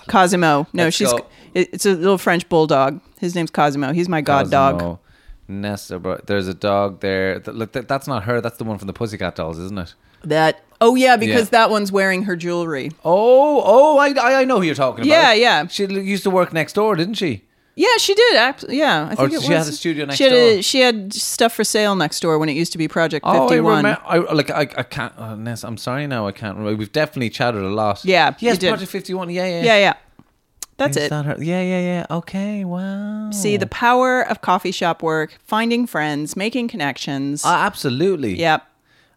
Cosimo. No,
Let's
she's
go.
it- it's a little French bulldog. His name's Cosimo. He's my god dog.
Nessa, bro. There's a dog there. Th- Look, th- that's not her. That's the one from the Pussycat Dolls, isn't it?
That oh yeah, because
Yeah.
that one's wearing her jewelry.
Oh, oh, I, I, I know who you're talking about.
Yeah, yeah.
She l- used to work next door, didn't she?
Yeah, she did. act- Yeah, I
Or
think it
she had
was-
a studio next
she had a-
door.
she had stuff for sale next door when it used to be Project
Oh,
Fifty
I
One.
remember. I, like, I, I can't. Oh, Nessa, I'm sorry now. I can't remember. We've definitely chatted a lot.
Yeah,
Yes,
you did.
Project 51. Yeah, yeah.
yeah, yeah. That's
Is
it.
that her? Yeah, yeah, yeah. Okay, wow.
See the power of coffee shop work, finding friends, making connections.
Oh, absolutely.
yep.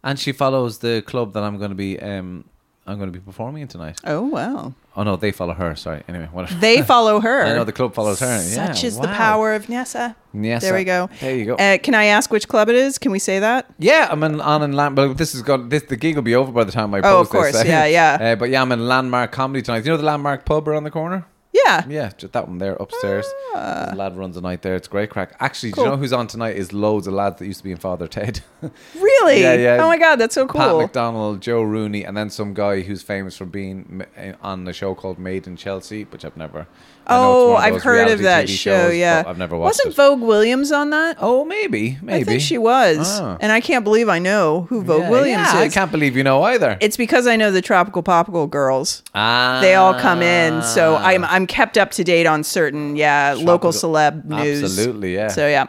And she follows the club that I'm going to be. Um, I'm going to be performing in tonight.
Oh wow.
Oh no, they follow her. Sorry. Anyway, whatever.
They follow her.
I know the club follows her.
Such
yeah,
is the
wow.
power of Nessa.
Nyessa.
There we go.
There you go.
Uh, can I ask which club it is? Can we say that?
Yeah, I'm in on in land. But this is going. This the gig will be over by the time I
Oh, of
post this,
course,
eh?
yeah, yeah.
Uh, but yeah, I'm in Landmark Comedy tonight. You know the Landmark Pub around the corner.
Yeah.
Yeah, just that one there upstairs. The lad runs a night there. It's great crack. Actually, do
Ah. Cool.
you know who's on tonight? Is loads of lads that used to be in Father Ted.
Really?
Yeah, yeah.
Oh my god, that's so
Pat
cool.
McDonald, Joe Rooney, and then some guy who's famous for being m- eh, on a show called Made in Chelsea, which I've never. I know it's
Oh,
one of
I've
those
heard of
reality
that
TV
show.
shows,
yeah.
but I've never watched
Wasn't
it.
Vogue Williams on that?
oh, maybe, maybe.
I think she was.
Ah.
And I can't believe I know who Vogue
Yeah,
Williams
yeah,
is.
I can't believe you know either.
It's because I know the Tropical Popical girls.
ah,
they all come in so i'm i'm kept up to date on certain yeah local celeb news
Absolutely, yeah.
so yeah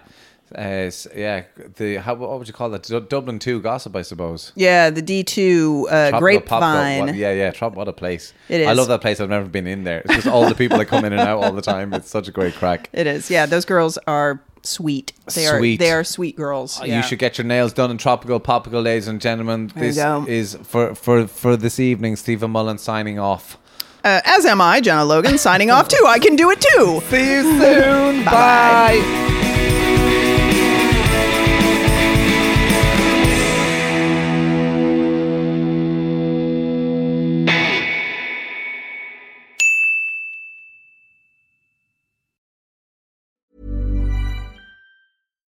Uh, s- yeah, the how what would you call that? Du- Dublin two gossip, I suppose.
yeah the d2 uh,
Tropical Pop,
grapevine
what- yeah, yeah. Trop, what a place.
It
I
is.
love that place. I've never been in there. It's just all the people that come in and out all the time. It's such a great crack.
it is yeah those girls are sweet they
Sweet.
are they are sweet girls yeah.
You should get your nails done in Tropical Popical, ladies and gentlemen.
you
This
go.
is for, for, for this evening, Stephen Mullen signing off.
uh, as am i jenna logan signing off too i can do it too
See you soon.
Bye-bye.
Bye.